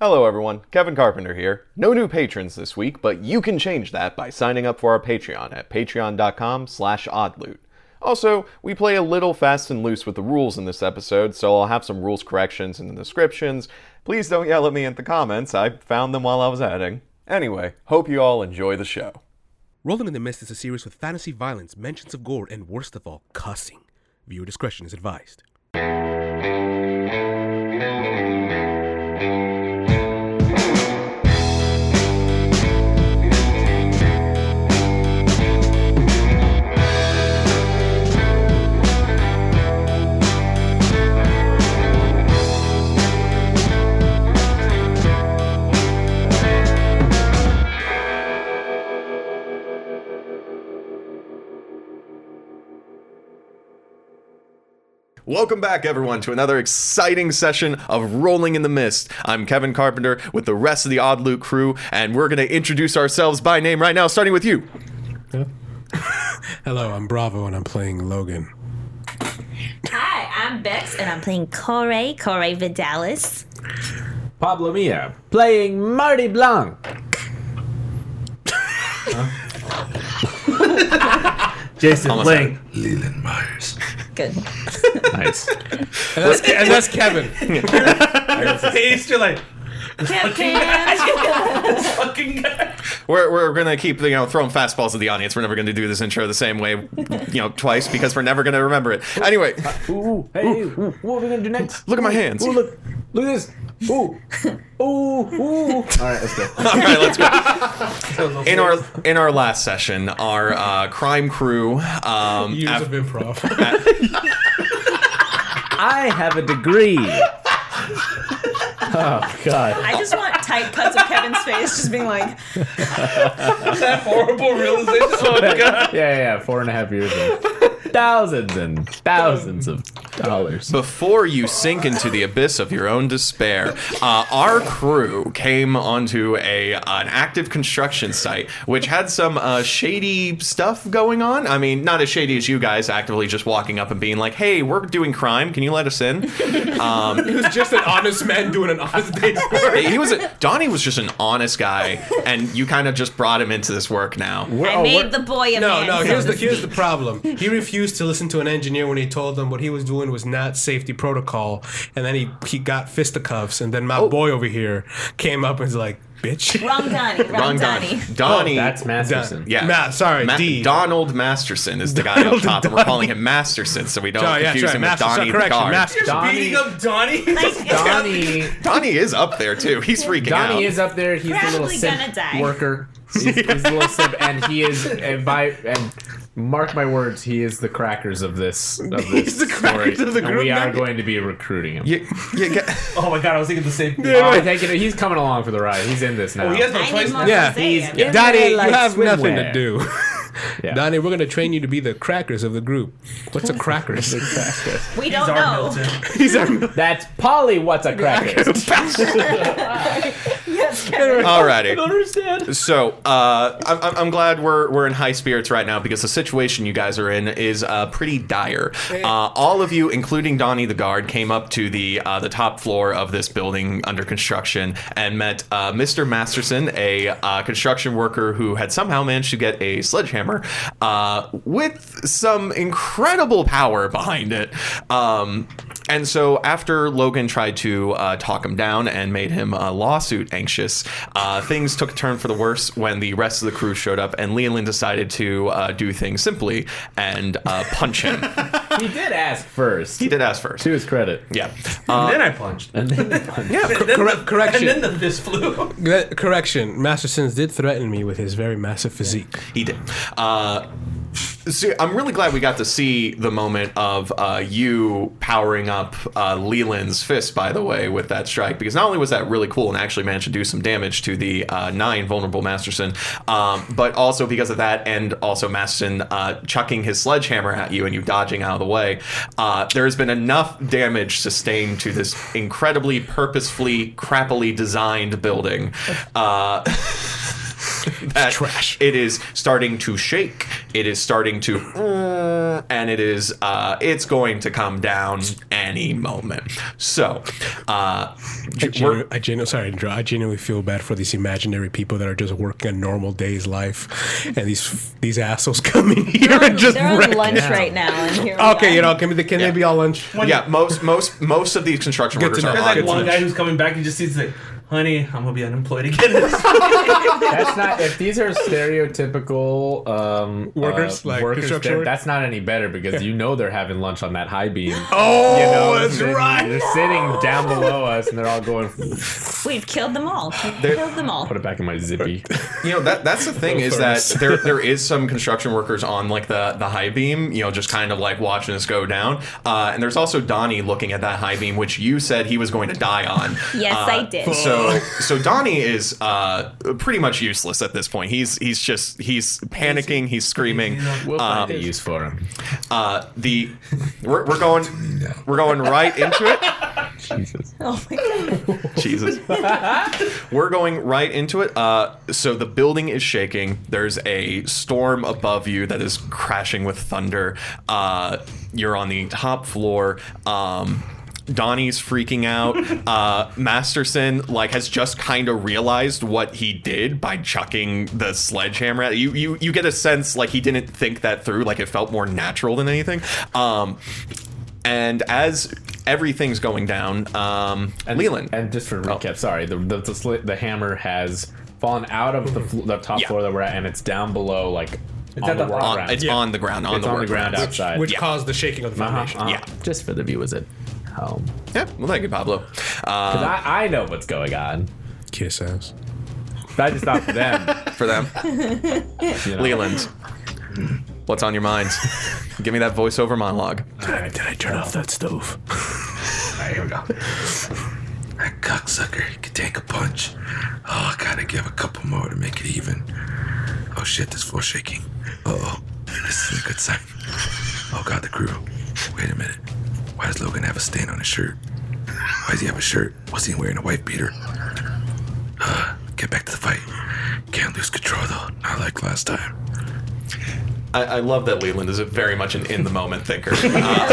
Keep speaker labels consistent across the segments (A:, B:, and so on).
A: Hello, everyone. Kevin Carpenter here. No new patrons this week, but you can change that by signing up for our Patreon at patreon.com/oddloot. Also, we play a little fast and loose with the rules in this episode, so I'll have some rules corrections in the descriptions. Please don't yell at me in the comments. I found them while I was editing. Anyway, hope you all enjoy the show.
B: Rolling in the Mist is a series with fantasy violence, mentions of gore, and worst of all, cussing. Viewer discretion is advised.
A: Welcome back, everyone, to another exciting session of Rolling in the Mist. I'm Kevin Carpenter with the rest of the Odd Loot crew, and we're going to introduce ourselves by name right now, starting with you.
B: Hello, I'm Bravo, and I'm playing Logan.
C: Hi, I'm Bex, and I'm playing Corey, Corey Vidalis.
D: Pablo Mia playing Marty Blanc. Jason
A: Almost
D: playing.
E: Leland Myers.
C: Good.
D: Nice.
B: And that's, and that's Kevin.
D: He's still like
C: Cam, Cam.
D: fucking guy.
A: We're, we're going to keep, you know, throwing fastballs at the audience. We're never going to do this intro the same way, you know, twice because we're never going to remember it. Anyway,
D: Ooh, hey, ooh, what are we gonna do next?
A: look at my hands.
D: Ooh,
A: All
D: look, look at this. Ooh, ooh, oooo. All right, let's go.
A: right, let's go. In our in our last session, our uh, crime crew, um, af-
B: improv.
D: I have a degree. Oh God.
C: I just want tight cuts of Kevin's face, just being like,
F: that horrible realization. Oh my god.
D: Yeah, yeah, yeah. Four and a half years ago. Thousands and thousands of dollars.
A: Before you sink into the abyss of your own despair, uh, our crew came onto a an active construction site which had some uh, shady stuff going on. I mean, not as shady as you guys actively just walking up and being like, "Hey, we're doing crime. Can you let us in?"
B: He was just an honest man doing an honest day's work.
A: he was a, Donnie was just an honest guy, and you kind of just brought him into this work now.
C: I made the boy a
G: No,
C: man.
G: no.
C: so
G: Here's
C: to
G: the here's the problem. He refused to listen to an engineer when he told him what he was doing was not safety protocol, and then he he got fisticuffs, and then my
A: Oh.
G: boy over here came up and was like, "Bitch."
C: Wrong Donnie. Wrong,
A: Wrong
C: Donnie.
A: Donnie. Donnie.
D: That's Masterson.
A: yeah.
G: Oh, Ma- sorry,
A: Ma-
G: D.
A: Donald Masterson is the guy up top, and we're calling him Masterson, so we don't
G: Oh, yeah, that's
A: confuse
G: right.
A: him
G: Master,
A: with
G: sorry,
A: Donnie. the
G: correction.
A: guard.
G: Master.
D: Donnie-
F: Beating up Donnie.
C: Like,
D: Donnie.
A: Donnie is up there too. He's freaking out.
D: Donnie is up there. He's the little
C: Probably
D: simp
C: gonna die.
D: worker. He's, he's the little simp, and he is and by and mark my words, he is the crackers of this. Of this
G: He's the crackers
D: story,
G: of the
D: And we
G: group.
D: are going to be recruiting him.
A: You, you get-
F: Oh my god, I was thinking the same thing. Oh,
D: Oh, I'm taking it- he's coming along for the ride. He's in this now.
F: He has no
C: I
F: choice
C: need more
F: now.
G: Yeah,
C: He's
D: he's- yeah.
G: Donnie,
D: They're
G: you
D: like
G: have nothing to
D: swimwear.
G: do.
D: Yeah.
G: Donnie, we're gonna train you to be the crackers of the group. What's a crackers?
C: We don't
F: He's our
C: know.
F: Milton.
D: That's Polly. What's a cracker?
A: Alrighty.
D: understand.
A: So uh, I'm- I'm, I'm glad we're we're in high spirits right now because the situation you guys are in is uh, pretty dire. Uh, all of you, including Donnie the guard, came up to the uh, the top floor of this building under construction and met uh, Mr. Masterson, a uh, construction worker who had somehow managed to get a sledgehammer uh, with some incredible power behind it. Um, and so after Logan tried to uh, talk him down and made him uh, lawsuit anxious, uh, things took a turn for the worse when the rest of the crew showed up and Leland decided to uh, do things simply and uh, punch him.
D: He did ask first.
A: he did ask first.
D: To his credit.
A: Yeah. Uh,
F: And then I punched.
D: And then
A: yeah.
F: And then
G: Correct-
F: the-
G: correction.
F: And then the fist flew.
G: That- Correction. Mastersons did threaten me with his very massive physique.
A: He did. Uh, see, I'm really glad we got to see the moment of uh, you powering up uh, Leland's fist, by the way, with that strike, because not only was that really cool and actually managed to do some damage to the uh, nine vulnerable Masterson, um, but also because of that, and also Masterson uh, chucking his sledgehammer at you and you dodging out of the way, uh, there has been enough damage sustained to this incredibly purposefully, crappily designed building. Uh, that trash. It is starting to shake It is starting to, "Mm," and it is uh, it's going to come down any moment. So, uh,
H: I
A: we're,
H: genu- I genu- sorry, Andrew, I genuinely feel bad for these imaginary people that are just working a normal day's life, and these these assholes come in here
C: They're on,
H: and just
C: they're on
H: wreck.
C: lunch right now. And here we
H: Okay,
C: are.
H: you know, can, they- can they be all lunch?
A: yeah, most most most of these construction
H: Good
A: workers
H: to
A: are
H: know.
E: There's
A: on
E: like
H: Good
E: one
H: to know.
E: guy who's coming back and just sees like, honey, I'm gonna be unemployed again.
D: That's not. If these are stereotypical um,
H: Workers, like construction
D: then
H: work-
D: that's not any better because you know they're having lunch on that high beam.
H: Oh,
D: you know,
H: that's
D: they're,
H: right.
D: They're sitting down below us, and they're all going.
C: We've killed them all. We've killed them all.
D: Put it back in my zippy.
A: you know that that's the thing is that there there is some construction workers on like the the high beam you know just kind of like watching this go down uh, and there's also Donnie looking at that high beam which you said he was going to die on
C: Yes,
A: Uh,
C: I did.
A: so so Donnie is uh, pretty much useless at this point he's he's just he's panicking he's screaming Um,
D: We'll find a use for him.
A: uh, the we're, we're going we're going right into it
D: Jesus.
C: Oh my god.
A: Jesus. We're going right into it. Uh, so the building is shaking. There's a storm above you that is crashing with thunder. Uh, you're on the top floor. Um, Donnie's freaking out. Uh, Masterson like has just kind of realized what he did by chucking the sledgehammer at you. You you get a sense like he didn't think that through. Like it felt more natural than anything. Um, and as everything's going down, um, Leland. Oh.
D: And just for recap, sorry, the the, the, sli the hammer has fallen out of the, fl- the top
A: Yeah.
D: floor that we're at, and it's down below, like on
E: at
D: the,
E: the
D: work
A: on,
D: ground.
A: It's
D: It's
A: on the ground. On
D: on
A: the,
D: the,
A: work
D: ground
A: ground.
D: outside.
H: Which caused the shaking of the
D: Uh-huh,
H: foundation.
D: uh-huh.
A: Yeah. Um,
D: Just for the viewers at home.
A: Yeah. Well, thank you, Pablo.
D: But
A: Uh,
D: I, I know what's going on.
H: Kiss ass.
D: I just thought for them.
A: for them,
D: You know.
A: Leland. What's on your minds? Give me that voiceover monologue.
H: did I turn off that stove?
E: Alright, here we go. That cocksucker he could take a punch. Oh, I gotta give a couple more to make it even. Oh shit, this floor's shaking. Uh oh. This isn't a good sign. Oh god, the crew. Wait a minute. Why does Logan have a stain on his shirt? Why does he have a shirt? Was he wearing a white beater? Uh, get back to the fight. Can't lose control though, not like last time.
A: I, I love that Leland is a very much an in the moment thinker. Uh,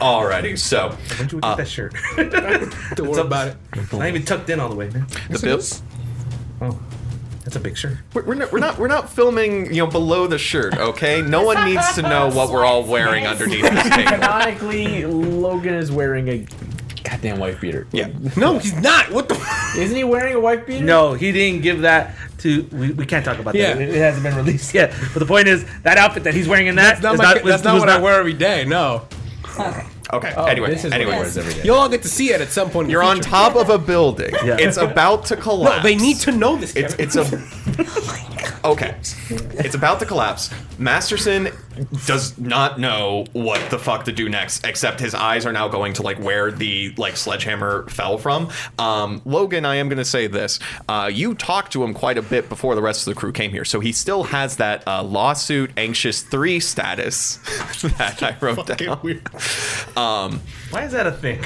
A: alrighty, so
E: When'd you get that shirt?
H: Don't worry about it.
E: Uh, Not even tucked in all the way, man.
A: the bill.
E: Oh, that's a big shirt.
A: We're, we're, not, we're not we're not filming you know below the shirt, okay? No one needs to know what we're all wearing underneath this table.
D: Canonically, Logan is wearing a goddamn wife beater.
A: Yeah.
H: No, he's not. What the?
D: Isn't he wearing a wife beater?
E: No, he didn't give that to. We, we can't talk about
H: Yeah.
E: that. It, it hasn't been released yet. But the point is, that outfit that he's wearing in
H: That's
E: that
H: not,
E: is
H: my,
E: not,
H: that's
E: was-
H: not
E: was
H: what I wear every day. No,
C: Okay.
A: Okay.
D: Oh,
A: anyway.
D: this is what he
A: anyway.
D: wears every day.
H: you'll all get to see it at some point. in the
A: You're on
H: future.
A: top of a building.
E: Yeah.
A: It's about to collapse.
H: No, they need to Oh know this.
A: It's it's a okay. It's about to collapse. Masterson does not know what the fuck to do next, except his eyes are now going to like where the like sledgehammer fell from. Um, Logan, I am going to say this: uh, you talked to him quite a bit before the rest of the crew came here, so he still has that uh, lawsuit anxious three status that I wrote down. Um,
E: Why is that a thing?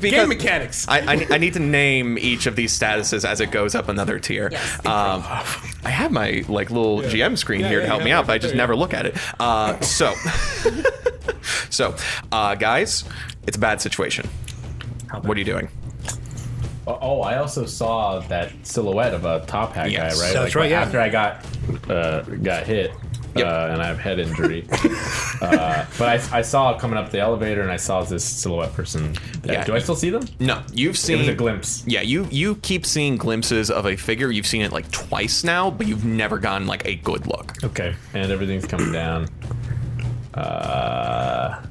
H: game mechanics.
A: I, I, I need to name each of these statuses as it goes up another tier.
C: Yes.
A: Um, I have my like little GM screen
H: Yeah,
A: here to
H: yeah,
A: help
H: yeah,
A: me out, but I
H: right
A: just
H: there,
A: never look at it. Uh, so, so uh, guys, it's a bad situation. What are you doing?
D: Oh, oh, I also saw that silhouette of a top hat
A: Yes.
D: guy, right?
H: That's right, yeah.
D: After I got uh, got hit,
A: Yep.
D: uh, and I have head injury, uh, but I, I saw it coming up the elevator, and I saw this silhouette person. That,
A: Yeah.
D: Do I still see them?
A: No, you've
D: It was
A: seen
D: a glimpse.
A: Yeah, you you keep seeing glimpses of a figure. You've seen it like twice now, but you've never gotten like a good look.
D: Okay, and everything's coming down. Uh,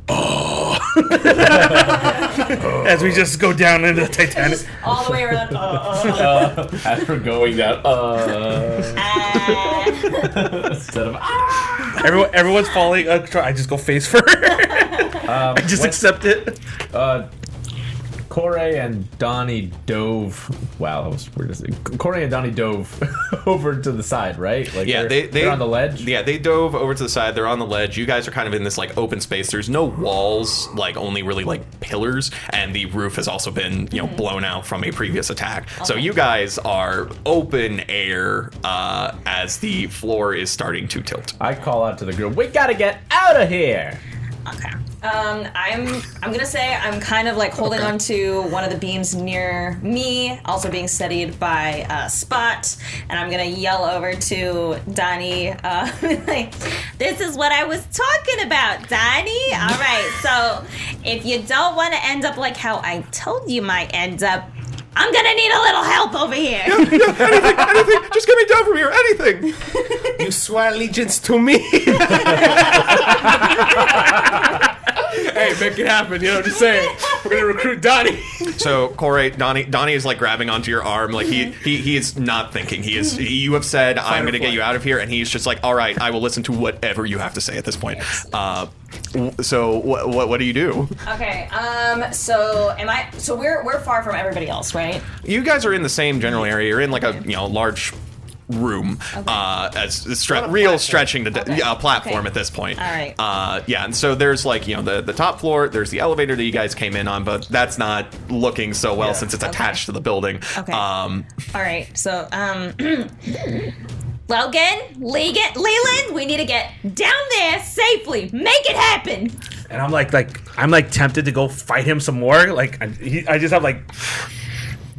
E: As we just go down into the Titanic.
C: All the way around. Uh, uh,
D: as we're going down, uh,
C: uh.
D: instead of ah,
E: Everyone, everyone's falling.
H: Um,
E: Uh, try- I just go face first. I just accept it.
D: uh, Corey and Donnie dove. Wow, that was weird. to say. Corey and Donnie dove over to the side, right? Like
A: Yeah,
D: they're,
A: they, they
D: are on the ledge.
A: Yeah, they dove over to the side. They're on the ledge. You guys are kind of in this like open space. There's no walls, like only really like pillars, and the roof has also been you know blown out from a previous attack. So you guys are open air uh, as the floor is starting to tilt.
D: I call out to the group. We gotta get out of here.
C: Okay. Um, I'm I'm gonna say I'm kind of like holding onto one of the beams near me, also being steadied by uh, Spot, and I'm gonna yell over to Donnie. Uh, like, this is what I was talking about, Donnie. All right, so if you don't want to end up like how I told you might end up, I'm gonna need a little help over here.
A: Just get me down from here. Anything.
H: You swear allegiance to me. hey, make it happen. You know, just saying. We're gonna recruit Donnie.
A: So Corey, Donnie, Donnie is like grabbing onto your arm, like he he, he is not thinking. He is. You have said I'm going to get you out of here, and he's just like, all right, I will listen to whatever you have to say at this point. Uh, w- so what what what do you do?
C: okay. Um. So am I? So we're we're far from everybody else, right?
A: You guys are in the same general area. You're in like a you know large room uh as as stre- real stretching the
C: Okay.
A: yeah, a platform
C: Okay.
A: at this point
C: All right.
A: uh yeah and so there's like you know the the top floor there's the elevator that you guys came in on but that's not looking so well since it's attached to the building
C: Okay.
A: um
C: All right, so um, Logan, Legan, Leland, we need to get down there safely. Make it happen.
E: and I'm like, like I'm like tempted to go fight him some more. Like I, he, I just have like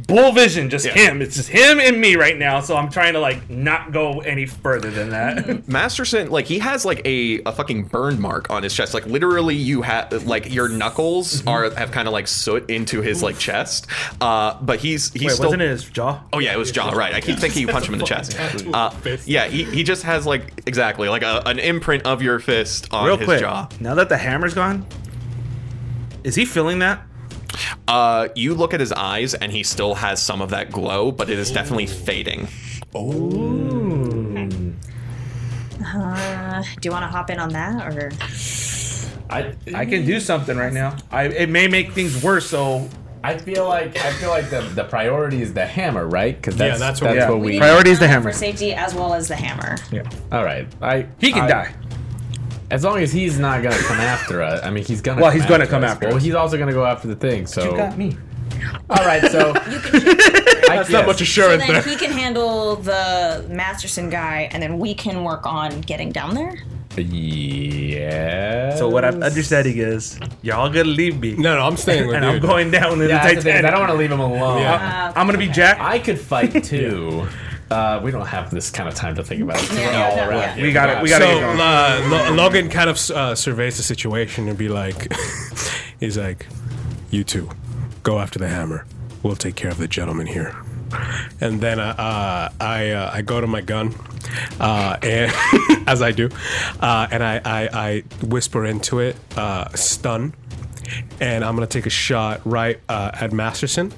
E: bull vision, just
A: Yeah.
E: him. It's just him and me right now. So I'm trying to like not go any further than that.
A: Masterson, like he has like a, a fucking burn mark on his chest. Like literally, you have like your knuckles
C: Mm-hmm.
A: are have kind of like soot into his like chest. Uh, but he's he's
E: Wait,
A: still.
E: wasn't it his jaw?
A: Oh yeah, it was John. Right, I keep thinking you punch him in the chest. Uh, yeah, he, he just has like exactly like a, an imprint of your fist on
E: Real
A: his
E: quick.
A: jaw.
E: Now that the hammer's gone, is he feeling that?
A: Uh, you look at his eyes, and he still has some of that glow, but it is definitely fading.
C: Uh, do you want to hop in on that, or
D: I,
E: I can do something right now. I, it may make things worse. So
D: I feel like I feel like the, the priority is the hammer, right? Because that's,
H: Yeah, that's
D: that's
H: what
D: what,
H: we-
D: we.
E: Prior- Priority is the
C: Um,
E: hammer.
C: for safety as well as the hammer.
D: All right, I
E: he can
D: I-
E: die.
D: as long as he's not gonna come after us. I mean, he's gonna.
E: Well, he's gonna come
D: us.
E: after
D: Well,
E: us.
D: he's also gonna go after the thing. So
E: You got me.
D: all right, so that's not much
C: So
D: assurance
C: then he can handle the Masterson guy, and then we can work on getting down there.
D: Yeah.
E: So what I'm understanding is y'all gonna leave me,
H: No, no, I'm staying with
E: and
H: you.
E: I'm going down in
D: Yeah,
E: the
D: that's the thing, is
E: Titanic.
D: I don't want to leave him alone.
H: Yeah.
C: Uh,
E: I'm gonna be Jack.
D: I could fight too. uh, we don't have this kind of time to think about it. We're
C: yeah,
D: all
C: no,
D: around
C: yeah.
D: here.
E: We got it, we
H: So
E: got it.
H: uh, Lo- Logan kind of uh, surveys the situation and be like, he's like, you two, go after the hammer. We'll take care of the gentleman here. And then uh, uh, I uh, I go to my gun, uh, and as I do, uh, and I, I I whisper into it, uh, stun, and I'm gonna take a shot right uh, at Masterson,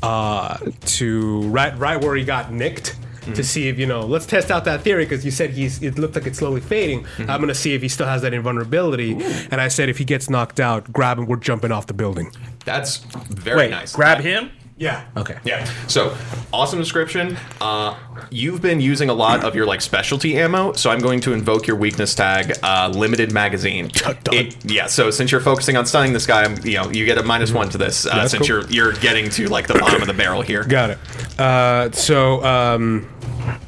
H: uh, to right right where he got nicked. To see if you know, let's test out that theory because you said he's. It looked like it's slowly fading. I'm gonna see if he still has that invulnerability. And I said if he gets knocked out, grab him. We're jumping off the building.
A: That's very
E: Wait,
A: nice.
E: grab him.
H: Yeah. Okay.
A: Yeah. So, awesome description. Uh, you've been using a lot of your like specialty ammo, so I'm going to invoke your weakness tag, uh, limited magazine. It- yeah. So since you're focusing on stunning this guy, I'm, you know, you get a minus
E: Mm-hmm.
A: one to this uh,
H: that's
A: since
H: cool.
A: you're you're getting to like the bottom of the barrel here.
H: Got it. Uh, so, um,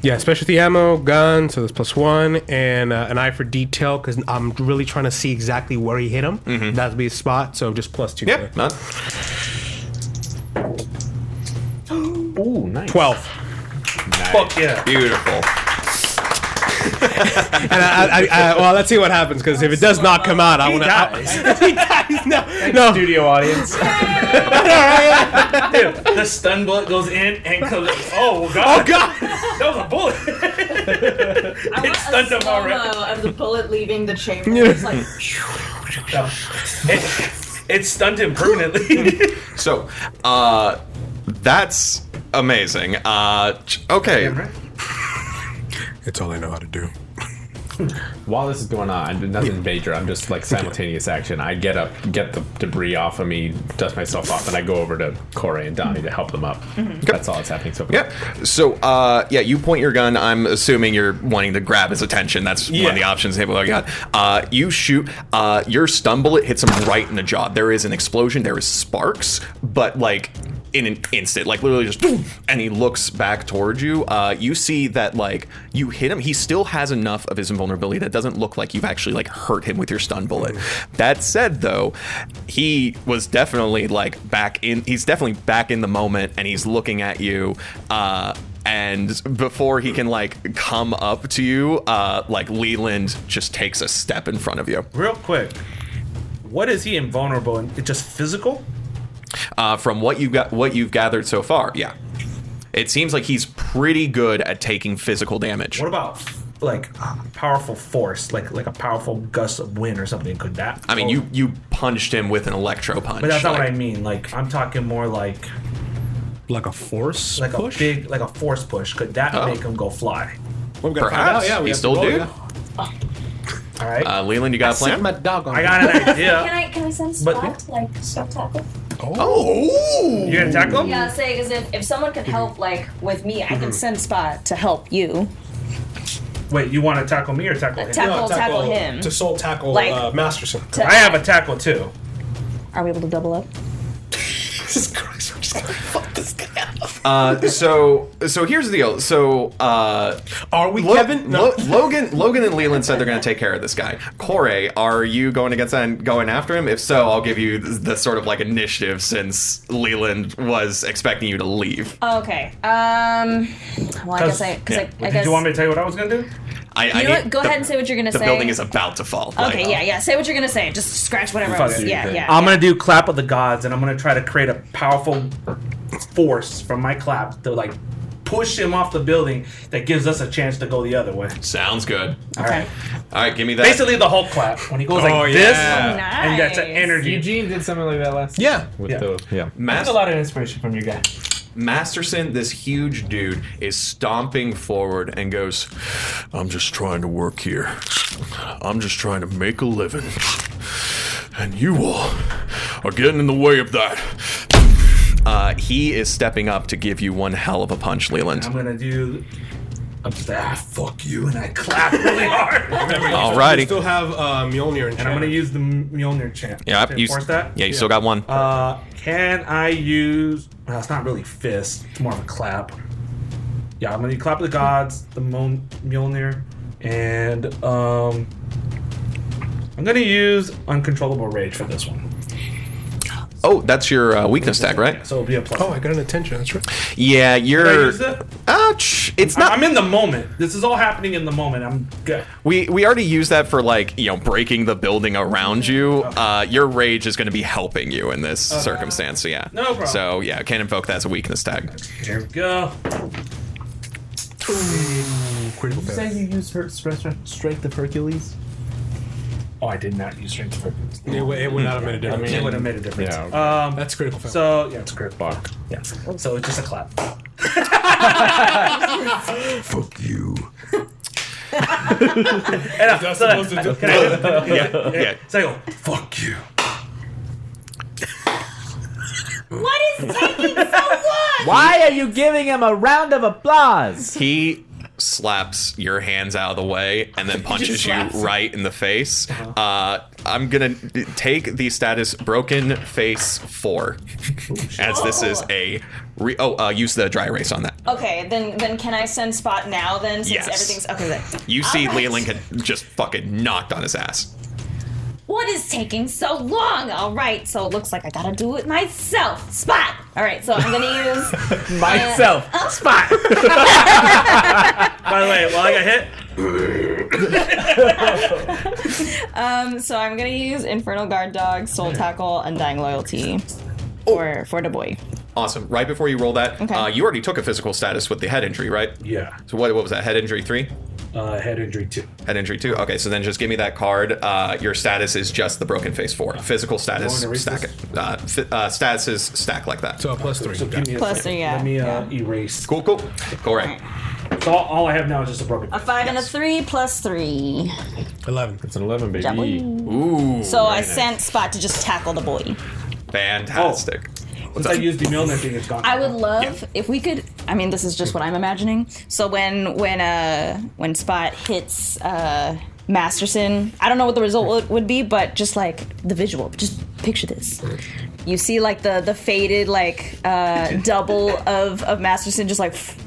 H: yeah, specialty ammo, gun, so that's plus one, and uh, an eye for detail because I'm really trying to see exactly where he hit him.
E: Mm-hmm.
H: That'd be a spot, so just plus two.
A: Yep.
H: there.
A: not-
D: Ooh, nice.
H: 12.
E: Fuck yeah.
A: beautiful.
H: And I, I, I, I, well, let's see what happens because if it does not come out, I
E: He
H: want to.
E: dies.
H: He dies. No, no.
D: Studio audience.
E: the stun bullet goes in and comes. Oh god! Oh god! That was a bullet.
C: I
E: stunned him already.
C: of the bullet leaving the chamber. It's like,
E: it, it stunned him permanently.
A: So, uh, that's amazing. Uh, ch- okay.
H: It's all I know how to do.
D: While this is going on, nothing major. I'm just like simultaneous action. I get up, get the debris off of me, dust myself off, and I go over to Corey and Donnie to help them up. That's all that's happening so far.
A: Yeah. So, uh, yeah, you point your gun. I'm assuming you're wanting to grab his attention. That's one of the options Hable I got. Uh, you shoot. Uh, your stumble it hits him right in the jaw. There is an explosion. There is sparks, but like in an instant, like literally just, "Doof," and he looks back towards you. Uh, you see that like you hit him. He still has enough of his invulnerability that doesn't look like you've actually like hurt him with your stun bullet. That said, though, he was definitely like back in. He's definitely back in the moment, and he's looking at you. Uh, and before he can like come up to you, uh, like Leland just takes a step in front of you
E: Real quick, what is he invulnerable? in? It's just physical.
A: uh, from what you've got, what you've gathered so far. Yeah, it seems like he's pretty good at taking physical damage.
E: What about like uh, powerful force, like like a powerful gust of wind or something? Could that?
A: I mean, you you punched him with an electro punch.
E: But that's not
A: like-
E: what I mean. Like I'm talking more like
G: Like a force
E: like
G: push?
E: a big like a force push. Could that
A: Oh.
E: make him go fly?
G: We're gonna find
A: Perhaps.
G: out, yeah, we
A: He
G: have to
A: still
G: roll,
A: do?
G: yeah.
E: All right.
A: Uh, Leland, you got a plan?
D: dog on
E: I got an
C: Can
E: idea.
C: I can I send
E: But-
C: spot like spot tackle?
A: Oh,
E: You're gonna tackle him?
C: Yeah, say because if, if someone can help like with me, I can send spot to help you
E: Wait, you want to tackle me or tackle him?
C: Uh, tackle tackle him.
G: To soul tackle
C: Like-
G: uh, Masterson.
C: to-
E: I have a tackle too.
C: Are we able to double up?
A: Uh, so so here's the deal. So uh,
G: Are we
A: Lo-
G: Kevin? No.
A: Lo- Logan Logan and Leland said they're going to take care of this guy. Corey, are you going against and going after him? If so, I'll give you the, the sort of like initiative since Leland was expecting you to leave.
C: Okay. Um. Well, I guess I because
A: yeah.
C: I, I
E: Did
C: guess.
E: you want me to tell you what I was gonna do?
A: I, I
C: You know
A: need-
C: what? Go
A: the-
C: ahead and say what you're gonna
A: The
C: say.
A: building is about to fall.
C: Okay.
A: Like,
C: Yeah. Yeah. Say what you're gonna say. Just scratch whatever.
E: Fuck
C: else.
E: you,
C: Yeah.
E: then.
C: Yeah.
E: I'm gonna do clap of the gods, and I'm gonna try to create a powerful force from my clap to like push him off the building that gives us a chance to go the other way.
A: Sounds good.
E: All right.
A: All right, give me that. Uh,
E: Basically, the Hulk clap when he goes
G: Oh,
E: like this,
G: yeah.
E: and that's an
C: Nice.
E: energy.
D: Eugene did something like that last.
G: Yeah.
D: With
E: Yeah.
D: the yeah.
E: That's
A: Mas-
E: a lot of inspiration from your guy.
A: Masterson, this huge dude, is stomping forward and goes,
F: I'm just trying to work here. I'm just trying to make a living. And you all are getting in the way of that.
A: uh, he is stepping up to give you one hell of a punch, Leland.
E: I'm gonna do a bath
F: Fuck you and I.
E: clap really hard,
G: We
A: Alrighty.
G: still have uh, Mjolnir and
E: and I'm gonna use the Mjolnir chant.
A: Yep.
E: to
A: You,
E: enforce that.
A: Yeah, you still got one.
E: Uh, can I use? Well, it's not really fist. It's more of a clap. Yeah, I'm gonna clap of the gods, the Mon- Mjolnir, and um, I'm gonna use uncontrollable rage for this one.
A: oh, that's your uh, weakness tag, right?
E: So it'll be a plus.
G: Oh, I got an attention. That's right.
A: Yeah,
E: Can I
A: you're.
E: use that?
A: Ouch! It's not.
E: I'm in the moment. This is all happening in the moment. I'm good.
A: we we already used that for like you know breaking the building around you. Uh, your rage is going to be helping you in this circumstance. So yeah.
E: Uh-huh. No problem.
A: So yeah, can't invoke that as a weakness tag.
E: Here we go.
G: Critical fail.
D: you used her strength of Hercules.
E: Oh, I did not use strength for this.
G: It, would- it would not have made a difference.
E: It would have made a difference.
D: Yeah.
E: Um,
G: That's critical fail.
E: so yeah, it's great.
D: Fuck.
E: Yeah. So it's just a clap.
F: Fuck you.
E: And, uh,
G: That's
E: so
G: supposed to do-
E: can I just-
A: Yeah.
E: so I go,
F: Fuck you.
C: What is taking so long?
D: Why are you giving him a round of applause?
A: He slaps your hands out of the way and then punches you right in the face.
E: Uh-huh.
A: Uh, I'm gonna d- take the status broken face four, as this is a re- oh uh, use the dry erase on that.
C: Okay. Then then can I send spot now? Then since
A: Yes.
C: everything's okay. Then.
A: You see,
C: Alright.
A: Leland had just fucking knocked on his ass.
C: What is taking so long? All right, so it looks like I gotta do it myself. Spot. All right, so I'm gonna use Oh.
D: Myself.
C: spot.
E: by the way, while I got hit,
C: Um, so I'm gonna use Infernal Guard Dog, Soul Tackle, Undying Loyalty
H: Oh.
C: for for the boy.
A: Awesome. Right before you roll that,
C: Okay.
A: uh, you already took a physical status with the head injury, right?
E: yeah,
A: So what, what was that? Head injury three?
E: uh, head injury too.
A: Head injury two? Okay, so then just give me that card. Uh, your status is just the broken face four. Physical status,
E: You want me to
A: stack
E: erase
A: it. Uh, fi- uh, statuses, stack like that.
G: so a plus three.
E: So give me a
C: Plus
E: second.
C: three, yeah,
E: Let me uh,
C: yeah.
E: erase.
A: Cool, cool. Corey.
E: So all, all I have now is just a broken.
C: A five and a three plus three.
H: Eleven.
D: It's an 11, baby.
C: Double.
A: Ooh.
C: So I sent Spot to just tackle the boy.
A: Fantastic.
C: Oh.
E: Since I used the Milner thing, it's gone.
C: I would love if we could. I mean, this is just what I'm imagining. So when when uh when Spot hits uh Masterson, I don't know what the result would- would be, but just like the visual, just picture this. You see like the the faded like uh double of of Masterson, just like. f-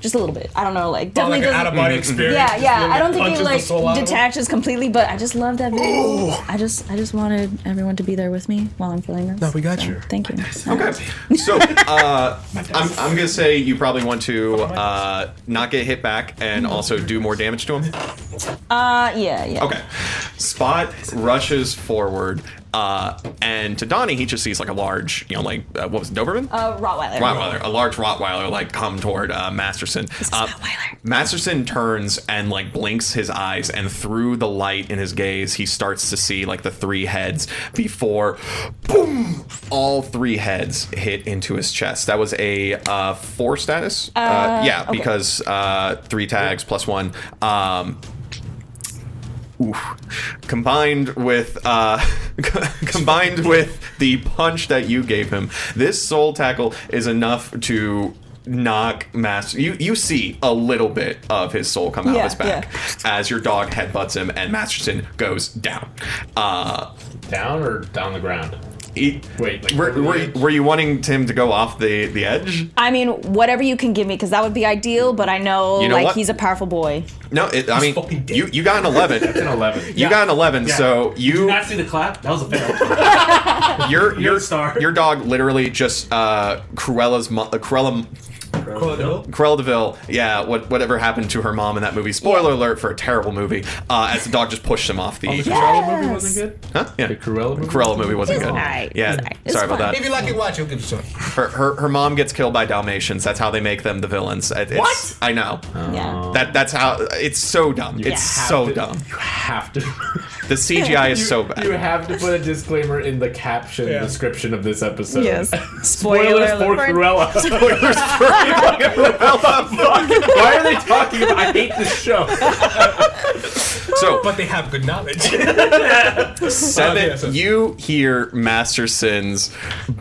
C: Just a little bit. I don't know. Like
H: Oh,
C: definitely
H: like an out
C: doesn't.
H: of body experience.
C: Yeah, yeah. I don't think
H: Punches
C: he
H: the
C: like
H: soul out of him.
C: detaches completely, but I just love that video. I just, I just wanted everyone to be there with me while I'm feeling this.
H: No, we got
C: So,
H: you.
C: Thank you.
A: So uh, I'm, I'm gonna say you probably want to uh, not get hit back and
C: Mm-hmm.
A: also do more damage to him.
C: Uh, yeah, yeah.
A: Okay. Spot rushes forward, uh, and to Donnie, he just sees like a large, you know, like uh, what was it, Doberman?
C: Uh, Rottweiler.
A: Rottweiler, a large Rottweiler, like come toward uh, Masterson. Uh,
C: Rottweiler.
A: Masterson turns and like blinks his eyes, and through the light in his gaze, he starts to see like the three heads before, boom! All three heads hit into his chest. That was a uh, four status. Uh, yeah,
C: okay.
A: because uh, three tags plus one. Um, Oof. Combined with uh, combined with the punch that you gave him, this soul tackle is enough to knock Master. You you see a little bit of his soul come out
C: Yeah,
A: of his back
C: yeah.
A: as your dog headbutts him, and Masterson goes down. Uh,
D: Down or down the ground?
A: he-
D: Wait, like
A: were,
D: over the
A: were,
D: edge?
A: were you wanting him to go off the the edge?
C: I mean, whatever you can give me, because that would be ideal. But I know,
A: You know
C: like,
A: what?
C: he's a powerful boy.
A: No, it, I mean
E: fucking dead.
A: you you got an
D: An
A: eleven.
D: 11.
A: You got an eleven,
E: Yeah.
A: so
E: Did
A: you
E: you not see the clap? That was a fail.
A: your your
E: star.
A: Your dog literally just uh, Cruella's mo- uh, Cruella. Cruella Deville, yeah, what, whatever happened to her mom in that movie? Spoiler alert for a terrible movie. Uh, as the dog just pushed him off the,
D: Cruella movie wasn't good?
A: huh? yeah,
D: The Oh, Cruella movie?
A: Cruella movie wasn't
C: It's
A: good.
C: alright,
A: Yeah,
C: it's alright. It's
A: sorry about
C: fine.
A: that.
I: If you like it, watch it. We'll give it a shot.
A: Her, her her mom gets killed by Dalmatians. That's how they make them the villains. It, it's,
C: What?
A: I know.
C: yeah.
A: That that's how. It's so dumb. It's
C: have
A: so
D: to-
A: dumb.
D: You have to.
A: The CGI is so bad.
D: You have to put a disclaimer in the caption
H: Yeah.
D: description of this episode.
C: Spoiler
D: for Cruella. Why are they talking about? I hate this show.
A: so
I: But they have good knowledge.
A: Seven,
I: Oh, yeah, so-
A: you hear Masterson's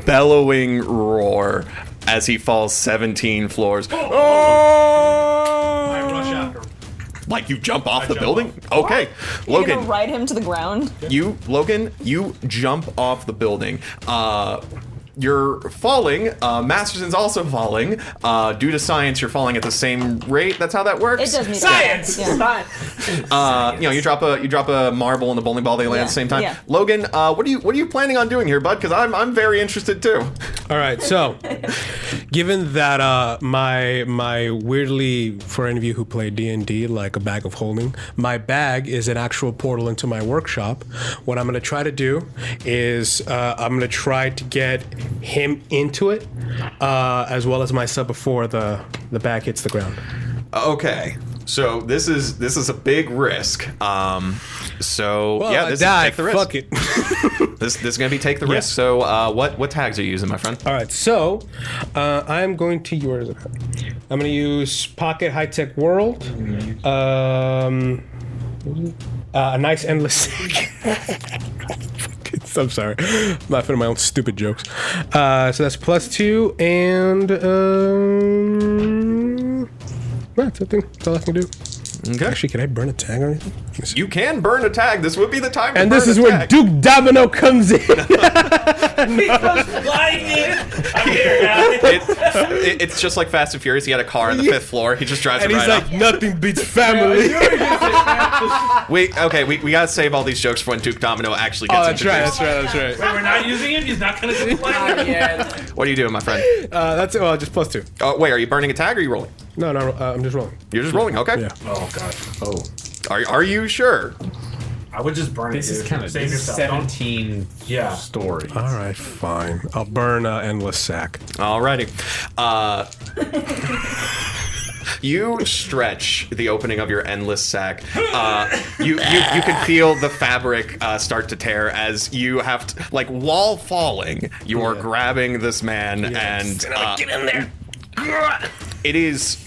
A: bellowing roar as he falls 17 floors.
D: Oh!
H: I rush after. him.
A: Like you jump off the
H: jump
A: building? Okay.
C: You're gonna
A: Logan,
C: ride him to the ground.
A: you Logan, you jump off the building. Uh you're falling. Uh, Masterson's also falling. Uh, due to science, you're falling at the same rate. That's how that works.
C: It does mean
H: Science!
C: Yeah.
A: Uh, you know, you drop a you drop a marble in the bowling ball. They land
C: Yeah,
A: at the same time.
C: yeah.
A: Logan, uh, what are you what are you planning on doing here, bud? Because I'm I'm very interested too.
H: All right, so given that uh, my my weirdly for any of you who play D and D like a bag of holding, my bag is an actual portal into my workshop. What I'm going to try to do is uh, I'm going to try to get him into it, uh, as well as my sub before the the bag hits the ground.
A: Okay. So this is this is a big risk. Um, so yeah,
H: I
A: this is
H: die.
A: take the risk.
H: Fuck it.
A: This this is gonna be take the risk. So uh, what what tags are you using, my friend?
H: All right, so uh, I'm going to yours. I'm going to use Pocket High Tech World. Um, uh, a nice endless. I'm sorry, I'm laughing at my own stupid jokes. Uh, so that's plus two, and um, that's I think that's all I can do.
A: Okay.
H: Actually, can I burn a tag or anything?
A: you can burn a tag. This would be the time. to
H: And this
A: burn
H: is
A: a
H: where
A: tag.
H: Duke Domino comes in.
A: It, it- it's just like Fast and Furious. He had a car on the fifth floor. He just drives
H: and
A: it
H: he's
A: right
H: like, nothing beats family.
A: up. Wait, okay, we, we gotta save all these jokes for when Duke Domino actually gets
H: Oh, that's right,
A: introduced.
H: that's right, that's right.
E: We're not using him. He's not gonna complain.
A: What are you doing, my friend?
H: Uh, that's well, just plus two.
A: Oh, wait, are you burning a tag or are you rolling?
H: No, no, uh, I'm just rolling.
A: You're just rolling, okay?
H: Yeah.
E: Oh god.
D: Oh,
A: Are, are you sure?
E: I would just burn
D: this
E: it.
D: is
E: dude.
D: kind of
E: save
D: this is
E: yourself. Don't-
D: seventeen
E: Yeah.
D: story.
G: Uh-huh.
H: All right, fine. I'll burn uh, endless sack.
A: Alrighty. Uh, you stretch the opening of your endless sack. Uh, you, you you can feel the fabric uh, start to tear as you have to, like while falling. You are grabbing this man and uh,
I: Get in there.
A: it is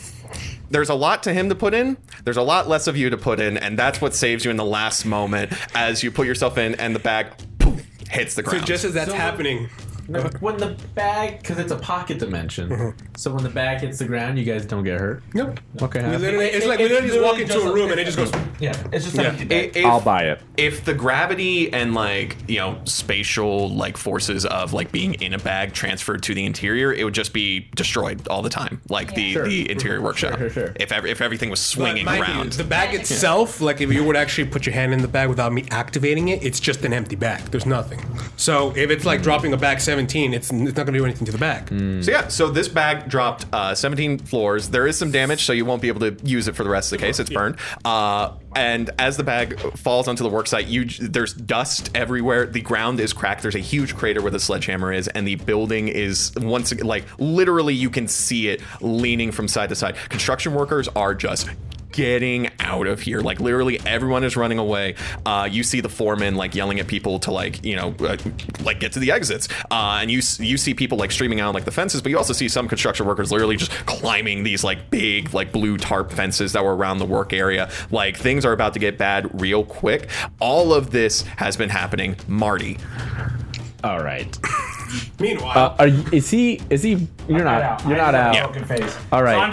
A: there's a lot to him to put in. There's a lot less of you to put in, and that's what saves you in the last moment as you put yourself in and the bag poof, hits the
G: So
A: ground.
G: just as that's
D: So-
G: happening,
D: No, when the bag, because it's a pocket
G: Uh-huh.
D: dimension, so when the bag hits the ground, you guys don't get hurt.
G: nope.
D: Okay.
G: We
D: happy.
G: literally, it's like we literally just walk into a room and it just goes.
E: Yeah, it's just
G: Yeah.
E: empty bag.
A: I- if-
D: I'll buy it.
A: if the gravity and like you know spatial like forces of like being in a bag transferred to the interior it would just be destroyed all the time like the
D: Sure.
A: the interior workshop
D: sure, sure.
A: if ev- if everything was swinging
G: Mind you,
A: around
G: the bag itself, like if you would actually put your hand in the bag without me activating it, it's just an empty bag. There's nothing. So if it's like dropping a bag 17, it's, it's not going to do anything to the bag.
A: so yeah so this bag dropped uh, 17 floors there is some damage so you won't be able to use it for the rest of the case it's burned uh, and as the bag falls onto the worksite you j- there's dust everywhere the ground is cracked there's a huge crater where the sledgehammer is and the building is once again like literally you can see it leaning from side to side construction workers are just getting out of here. Like literally everyone is running away. Uh, you see the foreman like yelling at people to like you know uh, like get to the exits, uh, and you s- you see people like streaming out like the fences, but you also see some construction workers literally just climbing these like big like blue tarp fences that were around the work area. Like things are about to get bad real quick. All of this has been happening, Marty.
D: All right.
G: Meanwhile,
D: Uh, are you, is he? Is he? You're
E: Get
D: not.
E: out.
D: You're
E: I
D: not
E: just have
D: out.
E: a Broken face.
D: All right.
E: So I'm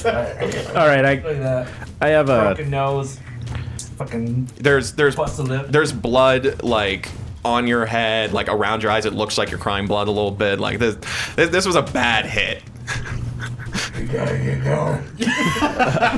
E: standing there. All right.
D: All right.
E: Look
D: I
E: at
D: I have
E: that.
D: a.
E: Broken nose. Fucking.
A: there's there's
E: Bust a lip.
A: there's blood like on your head, like around your eyes. It looks like you're crying blood a little bit. Like this this, this was a bad hit.
F: You gotta get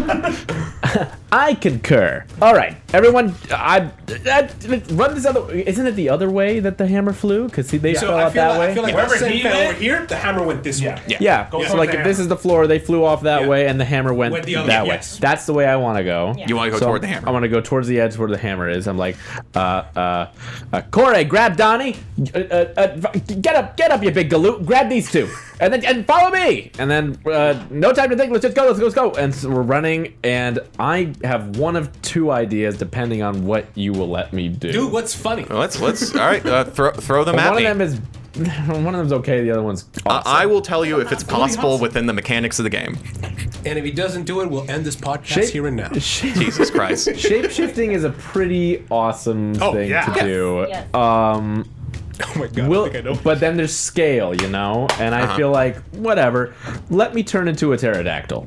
F: going.
D: I concur. All right, everyone. I, I run this other. Isn't it the other way that the hammer flew? Because they
G: so
D: fell
G: I
D: out
G: feel,
D: that
G: like,
D: way.
G: I feel like
E: Wherever
G: the scent
E: he
G: fell
E: went-
G: over here, the hammer went this
E: Yeah.
G: way.
A: Yeah.
D: yeah.
E: Go
D: So
E: for
D: like
E: the
D: if this
E: hammer.
D: is the floor, they flew off that
G: Yeah.
D: way, and the hammer went,
G: Went the other
D: that
G: way,
D: way.
G: yes.
D: That's the way I want to go.
A: You want to go
D: So
A: toward the
D: I'm-
A: hammer?
D: I want to go towards the edge where the hammer is. I'm like, uh, uh, uh Corey, grab Donnie. Uh, uh, uh, v- get up, get up, you big galoot. Grab these two, and then and follow me. And then uh, no time to think. Let's just go. Let's go. Let's go. And so we're running, and I have one of two ideas depending on what you will let me do.
G: Dude, what's funny?
D: Oh.
A: Let's let's all right. Uh, throw throw them at
D: one
A: me.
D: of them is one of them's okay. The other one's
A: I-
D: awesome.
A: I will tell you if it's possible within the mechanics of the game.
G: And if he doesn't do it, we'll end this podcast here and now.
A: Jesus Christ.
D: Shape shifting is a pretty awesome
G: Oh,
D: thing
G: yeah.
D: to
G: Yes,
D: do.
C: yes.
D: Um,
G: Oh my god,
D: will-
G: I think I know. Uh-huh.
D: but then there's scale, you know, and I feel like whatever. Let me turn into a pterodactyl.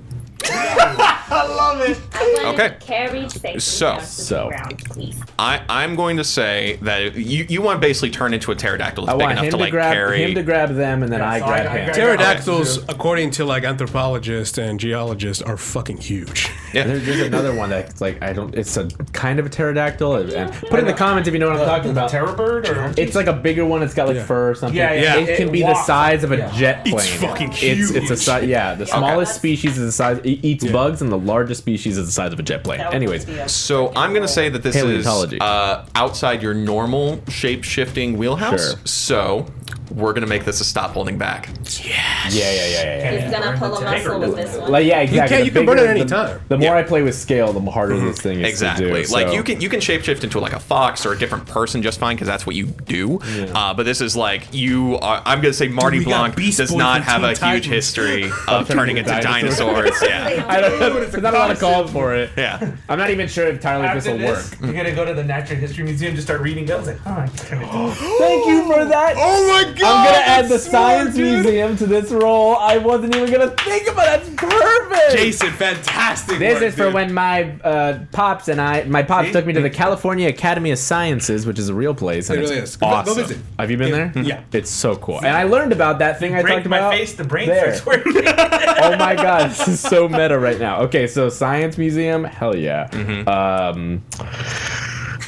A: Okay.
J: Carry safely
A: So-
J: down to the
D: So.
J: ground, please.
A: I I'm going to say that you you want to basically turn into a pterodactyl
D: I
A: that's big
D: want
A: enough
D: him
A: to
D: to,
A: like
D: grab
A: carry.
D: him to grab them, and then I
E: so
D: grab
E: I- I
D: him.
E: grab-
G: Pterodactyls, according to like anthropologists and geologists, are fucking huge.
A: yeah.
D: There- There's another one that's like I don't. It's a kind of a pterodactyl. and- and put in the comments if you know what I'm talking about.
E: Uh, Terror bird or?
D: It's like a bigger one. It's got like
G: Yeah.
D: fur or something.
E: Yeah, yeah.
D: It can
E: It
D: be the
E: walks.
D: size of a
E: Yeah.
D: jet plane.
G: It's fucking
D: It's, it's a
G: huge.
D: size. Yeah, the smallest
C: that's-
D: species is the size. It eats
G: Yeah.
D: bugs, and the largest species is the size of a jet plane.
C: That would
D: Anyways,
C: be a-
A: So I'm going to say that this is
D: Paleontology.
A: uh, outside your normal shape shifting wheelhouse.
D: Sure.
A: So we're going to make this a stop holding back.
D: yeah, yeah, yeah, yeah. yeah.
C: He's gonna pull a muscle with this one.
D: Like yeah, exactly.
G: can't-
D: The
G: you can burn
D: bigger-
G: it any
D: the-
G: time.
D: The more I play with scale, the harder this thing is
A: Exactly.
D: to do.
A: Like
D: so-
A: you can you can shapeshift into like a fox or a different person just fine because that's what you do. Uh, but this is like you are. I'm gonna say Marty
G: Dude, we got
A: Blanc
G: Beast
A: does
G: Boy
A: not
G: from
A: have a
G: Teen Titans.
A: huge history of turning into dinosaurs. yeah.
D: I don't. There's not a lot of calls for it.
A: Yeah.
D: I'm not even sure entirely if this
E: After
D: will
E: this,
D: work.
E: you're gonna go to the Natural History Museum just start reading guns. Like, oh,
D: Thank you for that.
G: Oh my god!
D: I'm gonna add the science museum to this role. I wasn't even gonna think about it. That's perfect.
G: Jason, fantastic.
D: This
G: work,
D: is for
G: dude.
D: when my uh, pops and I, my pops took me to the California Academy of Sciences, which is a real place. And
G: It
D: it's
G: really is. Go- go
D: Awesome.
G: visit.
D: Have you been
G: Yeah. Mm-hmm.
D: there?
G: Yeah.
D: It's so cool. And I learned about that thing I
E: break
D: talked
E: my
D: about.
E: face, the brain
D: there.
E: starts working.
D: oh my god, this is so meta right now. Okay, so science museum, hell yeah.
G: Mm-hmm.
D: Um,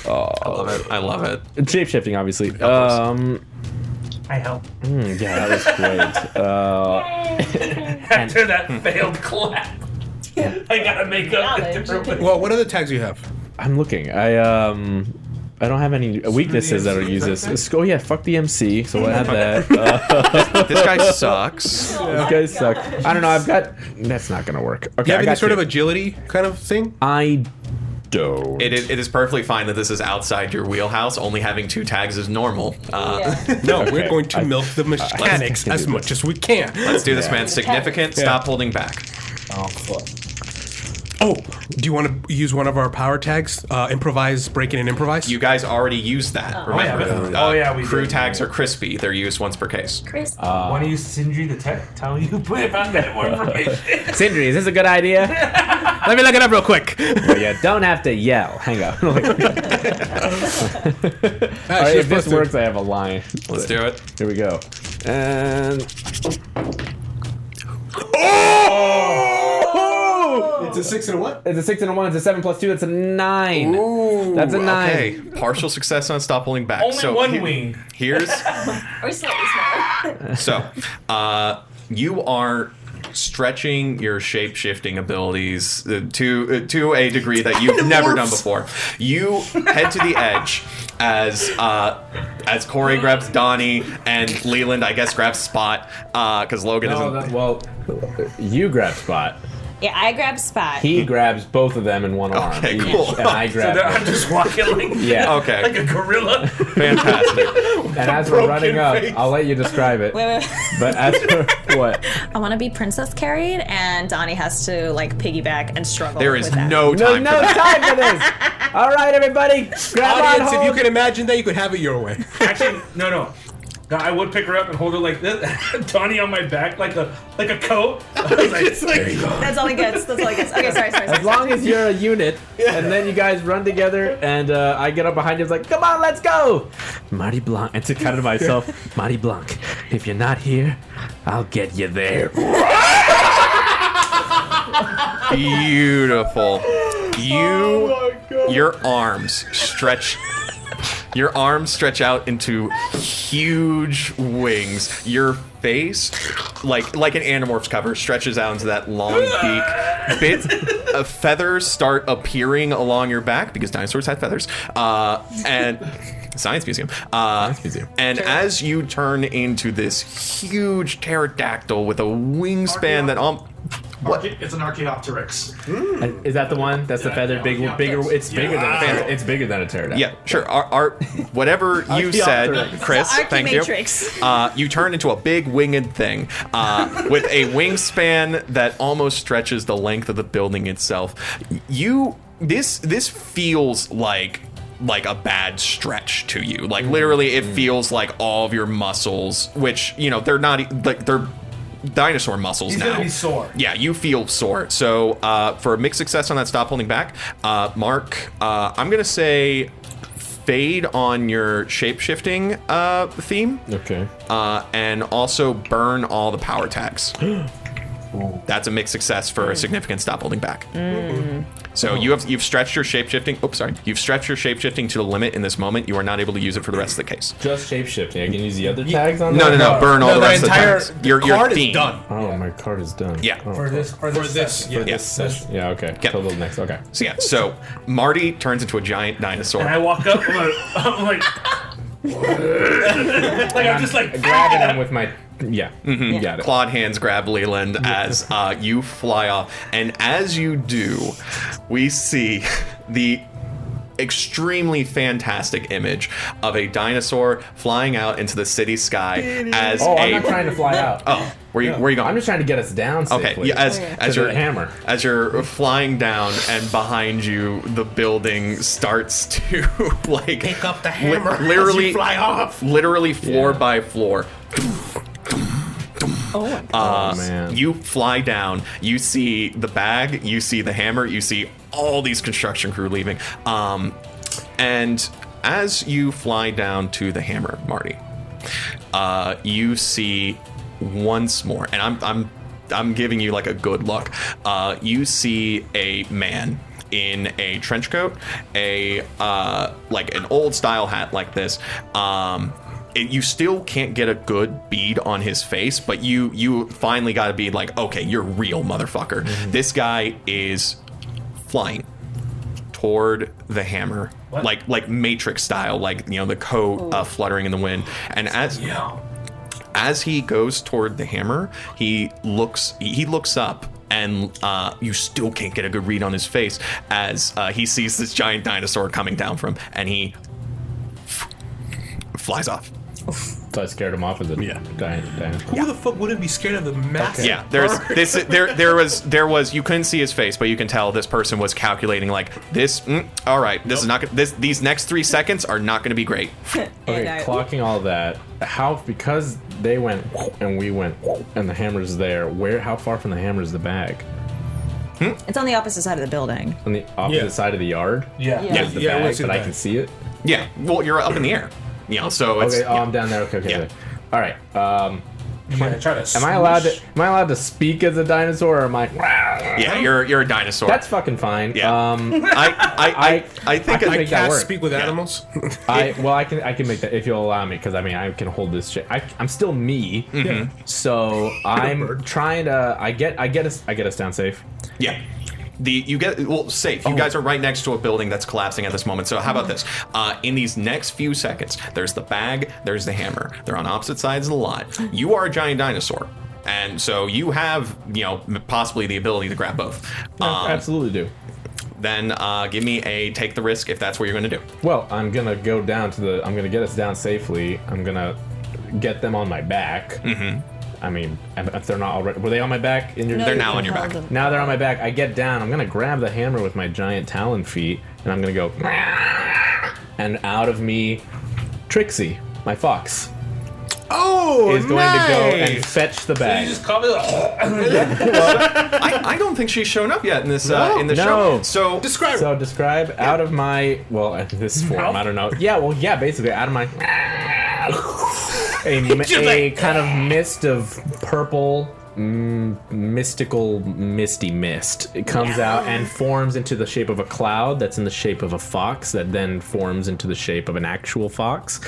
A: I love it. I love it.
D: shape shifting, obviously. Um,
E: I help.
D: yeah, that was great. Uh,
E: After that failed clap, I gotta make up
C: Knowledge.
E: a different way.
G: Well, what other tags do you have?
D: I'm looking. I um. I don't have any weaknesses that are used this. Oh yeah, fuck the MC. So I have that. Uh,
A: This guy sucks.
D: you guys suck. I don't know. I've got. That's not gonna work. Okay,
G: You
D: I
G: have any
D: got
G: sort of
D: you.
G: agility kind of thing?
D: I don't.
A: It is, it is perfectly fine that this is outside your wheelhouse. Only having two tags is normal. Uh,
C: Yeah.
G: No, we're
D: Okay,
G: going to
D: I-
G: milk the mechanics as much as we can.
A: Let's do this, man. Significant. Stop holding back.
E: Oh, fuck.
G: Oh, do you want to use one of our power tags? Uh, improvise, break in, and improvise.
A: You guys already used that. Remember? Uh,
E: Oh, yeah. Oh, yeah, we
A: crew
E: did.
A: tags are crispy. They're used once per case.
C: Chris.
E: Why don't you Sindri the tech? Tell you, but if I get more information.
D: Sindri, is this a good idea?
G: Let me look it up real quick.
D: yeah, don't have to yell. Hang on. All right,
G: she's
D: if this
G: supposed to-
D: works, I have a line.
A: Let's do it.
D: Here we go. And. Oh!
H: It's a six and a what?
D: It's a six and a one. It's a seven plus two. That's a nine. That's a nine.
A: Okay, partial success on stop holding back.
E: Only
A: so
E: one
A: he-
E: wing.
A: Here's
C: or slightly smaller.
A: so uh, you are stretching your shape shifting abilities uh, to uh, to a degree that you've never done before. You head to the edge as uh, as Corey grabs Donnie and Leland, I guess, grabs Spot because Logan
D: No,
A: isn't.
D: Oh, that- well, you grab spot.
C: Yeah, I grab Spot.
D: He grabs both of them in one arm.
A: Okay,
D: each,
A: cool.
D: And I
E: So
D: grab.
E: now I'm
D: him.
E: just walking like,
D: yeah.
A: okay,
E: like a gorilla.
A: fantastic.
D: And as we're running up,
E: face.
D: I'll let you describe it.
C: Wait, wait, wait.
D: But as for what?
C: I want to be princess carried, and Donnie has to like piggyback and struggle.
A: There is
C: with that.
A: no
D: No,
A: time.
D: no
A: for that.
D: time for this. All right, everybody, grab
G: Audience,
D: on
G: if you
D: hold.
G: can imagine that, you could have it your way.
E: Actually, no, no. No, I would pick her up and hold her like this, Donnie on my back, like a like a coat. I was like,
F: There you go.
C: That's all he gets. That's all he gets. Okay, sorry, sorry.
D: As
C: sorry.
D: long as you're a unit, and then you guys run together, and uh, I get up behind you, it's like, come on, let's go! Marty Blanc, and to kind of myself, Marty Blanc, if you're not here, I'll get you there.
A: Beautiful. You, your arms stretch. Your arms stretch out into huge wings. Your face, like like an Animorphs cover, stretches out into that long beak. Bit uh, feathers start appearing along your back because dinosaurs had feathers. Uh, and science museum. Uh,
D: museum.
A: And as you turn into this huge pterodactyl with a wingspan that um, what?
J: It's an Archaeopteryx.
D: And Is that the one? That's the feathered, big,
J: yeah,
D: bigger.
J: yes.
D: It's bigger than a
A: Yeah.
D: feather. It's bigger than a pterodactyl.
A: Yeah, sure. Our, our whatever you said,
D: Archaeopteryx.
A: Chris.
C: It's the
A: Thank you.
C: Archimatrix.
A: Uh, you turn into a big winged thing uh, with a wingspan that almost stretches the length of the building itself. You this this feels like like a bad stretch to you. Like literally, it feels like all of your muscles, which you know they're not e- like they're dinosaur muscles
E: He's
A: now.
E: gonna be sore.
A: Yeah, you feel sore. So uh, for a mixed success on that stop holding back, uh, Mark, uh, I'm gonna say fade on your shape shifting uh, theme,
D: Okay.
A: uh, and also burn all the power tags. That's a mixed success for a significant stop holding back. So you have you've stretched your shape shifting. Oops, sorry. You've stretched your shape shifting to the limit in this moment. You are not able to use it for the rest of the case.
D: Just shape shifting. I can use the other tags on
A: No, no,
D: that?
A: no. Burn all
G: No,
A: the
G: the
A: rest
G: entire-
A: of the tags. Your your
G: Card
A: theme.
G: is done.
D: Oh, my card is done.
A: Yeah.
D: Oh.
E: For this, for this,
G: For this,
E: session.
G: yeah.
A: Yes.
D: Yeah. Okay.
A: Yeah.
D: Till the next. Okay.
A: So yeah, so Marty turns into a giant dinosaur.
E: And I walk up, I'm like, I'm like, like I'm just like,
D: Grabbing
A: ah!
D: him with my. Yeah.
A: Mm-hmm.
D: Got it.
A: Clawed hands grab Leland as uh, you fly off, and as you do, we see the extremely fantastic image of a dinosaur flying out into the city sky as
D: Oh,
A: a.
D: I'm not trying to fly out.
A: oh, where you where you going?
D: I'm just trying to get us down safely.
A: Okay, yeah, as as
D: To
A: you're
D: the hammer.
A: as you're flying down, and behind you, the building starts to like
H: Pick up the
A: li-
H: hammer. as you
A: literally
H: fly off.
A: literally floor by floor. Uh,
D: man.
A: You fly down. You see the bag. You see the hammer. You see all these construction crew leaving. Um, and as you fly down to the hammer, Marty, uh, you see once more, and I'm I'm I'm giving you like a good look. Uh, you see a man in a trench coat, a uh, like an old style hat like this. Um, it, you still can't get a good bead on his face, but you you finally got to be like, okay, you're real motherfucker. This guy is flying toward the hammer, like like Matrix style, like you know the coat uh, fluttering in the wind. And as as he goes toward the hammer, he looks he looks up. And uh, you still can't get a good read on his face as uh, he sees this giant dinosaur coming down from, him, and he flies off.
D: So I scared him off as a
G: Yeah.
D: giant dinosaur.
H: Who the fuck wouldn't be scared of the massive?
A: Yeah, there's
H: bird?
A: this. There, there was, there was. You couldn't see his face, but you can tell this person was calculating. Like this. Mm, all right, this is not. gonna- This, these next three seconds are not going to be great.
D: Okay,
C: And I-
D: clocking all that. How because they went and we went and the hammer's there. Where? How far from the hammer is the bag?
C: It's on the opposite side of the building.
D: On the opposite
H: Yeah.
D: side of the yard.
E: Yeah.
C: Yeah.
D: Is the
H: Yeah, I
D: bag,
H: see
D: but
H: the
D: I
H: bag.
D: can see it.
A: Yeah. Well, you're up in the air. You know, so it's.
D: Okay, oh, I'm down there. Okay, okay.
A: Yeah.
D: okay. All right. Um,
E: Yeah, try to
D: am I allowed to?
E: swoosh.
D: Am I allowed to speak as a dinosaur, or am I?
A: Yeah, you're you're a dinosaur.
D: That's fucking fine.
A: Yeah.
D: Um,
A: I I I, I, think.
D: I
A: I,
D: think-
G: Cats
D: work.
G: speak with animals.
D: I well, I can I can make that if you'll allow me because I mean I can hold this shit. I, I'm still me, so I'm trying to. I get I get us I get us down safe.
A: yeah. The you get well safe.
D: Oh.
A: You guys are right next to a building that's collapsing at this moment. So how about this? Uh, in these next few seconds, there's the bag, there's the hammer. They're on opposite sides of the lot. You are a giant dinosaur, and so you have you know possibly the ability to grab both. Um,
D: Absolutely do.
A: then uh, give me a take the risk if that's what you're going to do.
D: Well, I'm gonna go down to the. I'm gonna get us down safely. I'm gonna get them on my back. Mm-hmm. I mean, if they're not already, were they on my back? In your,
A: They're
C: you
A: now
C: can
A: on your
C: hold
A: back.
C: them.
D: Now they're on my back. I get down. I'm gonna grab the hammer with my giant talon feet, and I'm gonna go. And out of me, Trixie, my fox,
G: Oh,
D: is going to go and fetch the
E: You
D: bag.
E: just call me like,
A: I, I don't think she's shown up yet in this uh, in the
D: No.
A: show. So
G: Describe.
D: So describe out of my well uh, this form. I don't know. Yeah, well, yeah, basically out of my a, mi- a kind of mist of purple. Mm, mystical misty mist it comes out and forms into the shape of a cloud that's in the shape of a fox that then forms into the shape of an actual fox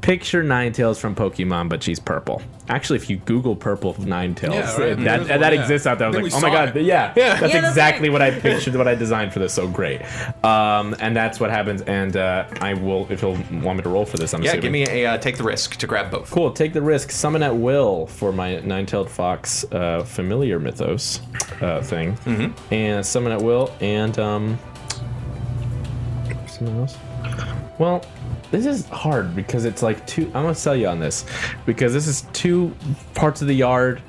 D: picture ninetales from pokemon but she's purple actually if you google purple ninetales
H: Yeah, right. Might
D: that,
H: as
D: that,
H: well, yeah.
D: exists out there i was
H: Then
D: like
H: we
D: oh my
H: saw
D: god
H: it.
D: yeah, that's
C: Yeah, that's
D: exactly
C: right.
D: what I pictured, what I designed for this. So great, um, and that's what happens. And uh, I will, if you'll want me to roll for this, I'm
A: yeah,
D: assuming.
A: give me a uh, take the risk to grab both.
D: cool. Take the risk. Summon at will for my nine-tailed fox uh, familiar mythos uh, thing, and summon at will, and um, something else. Well, this is hard because it's like two. I'm gonna sell you on this because this is two parts of the yard.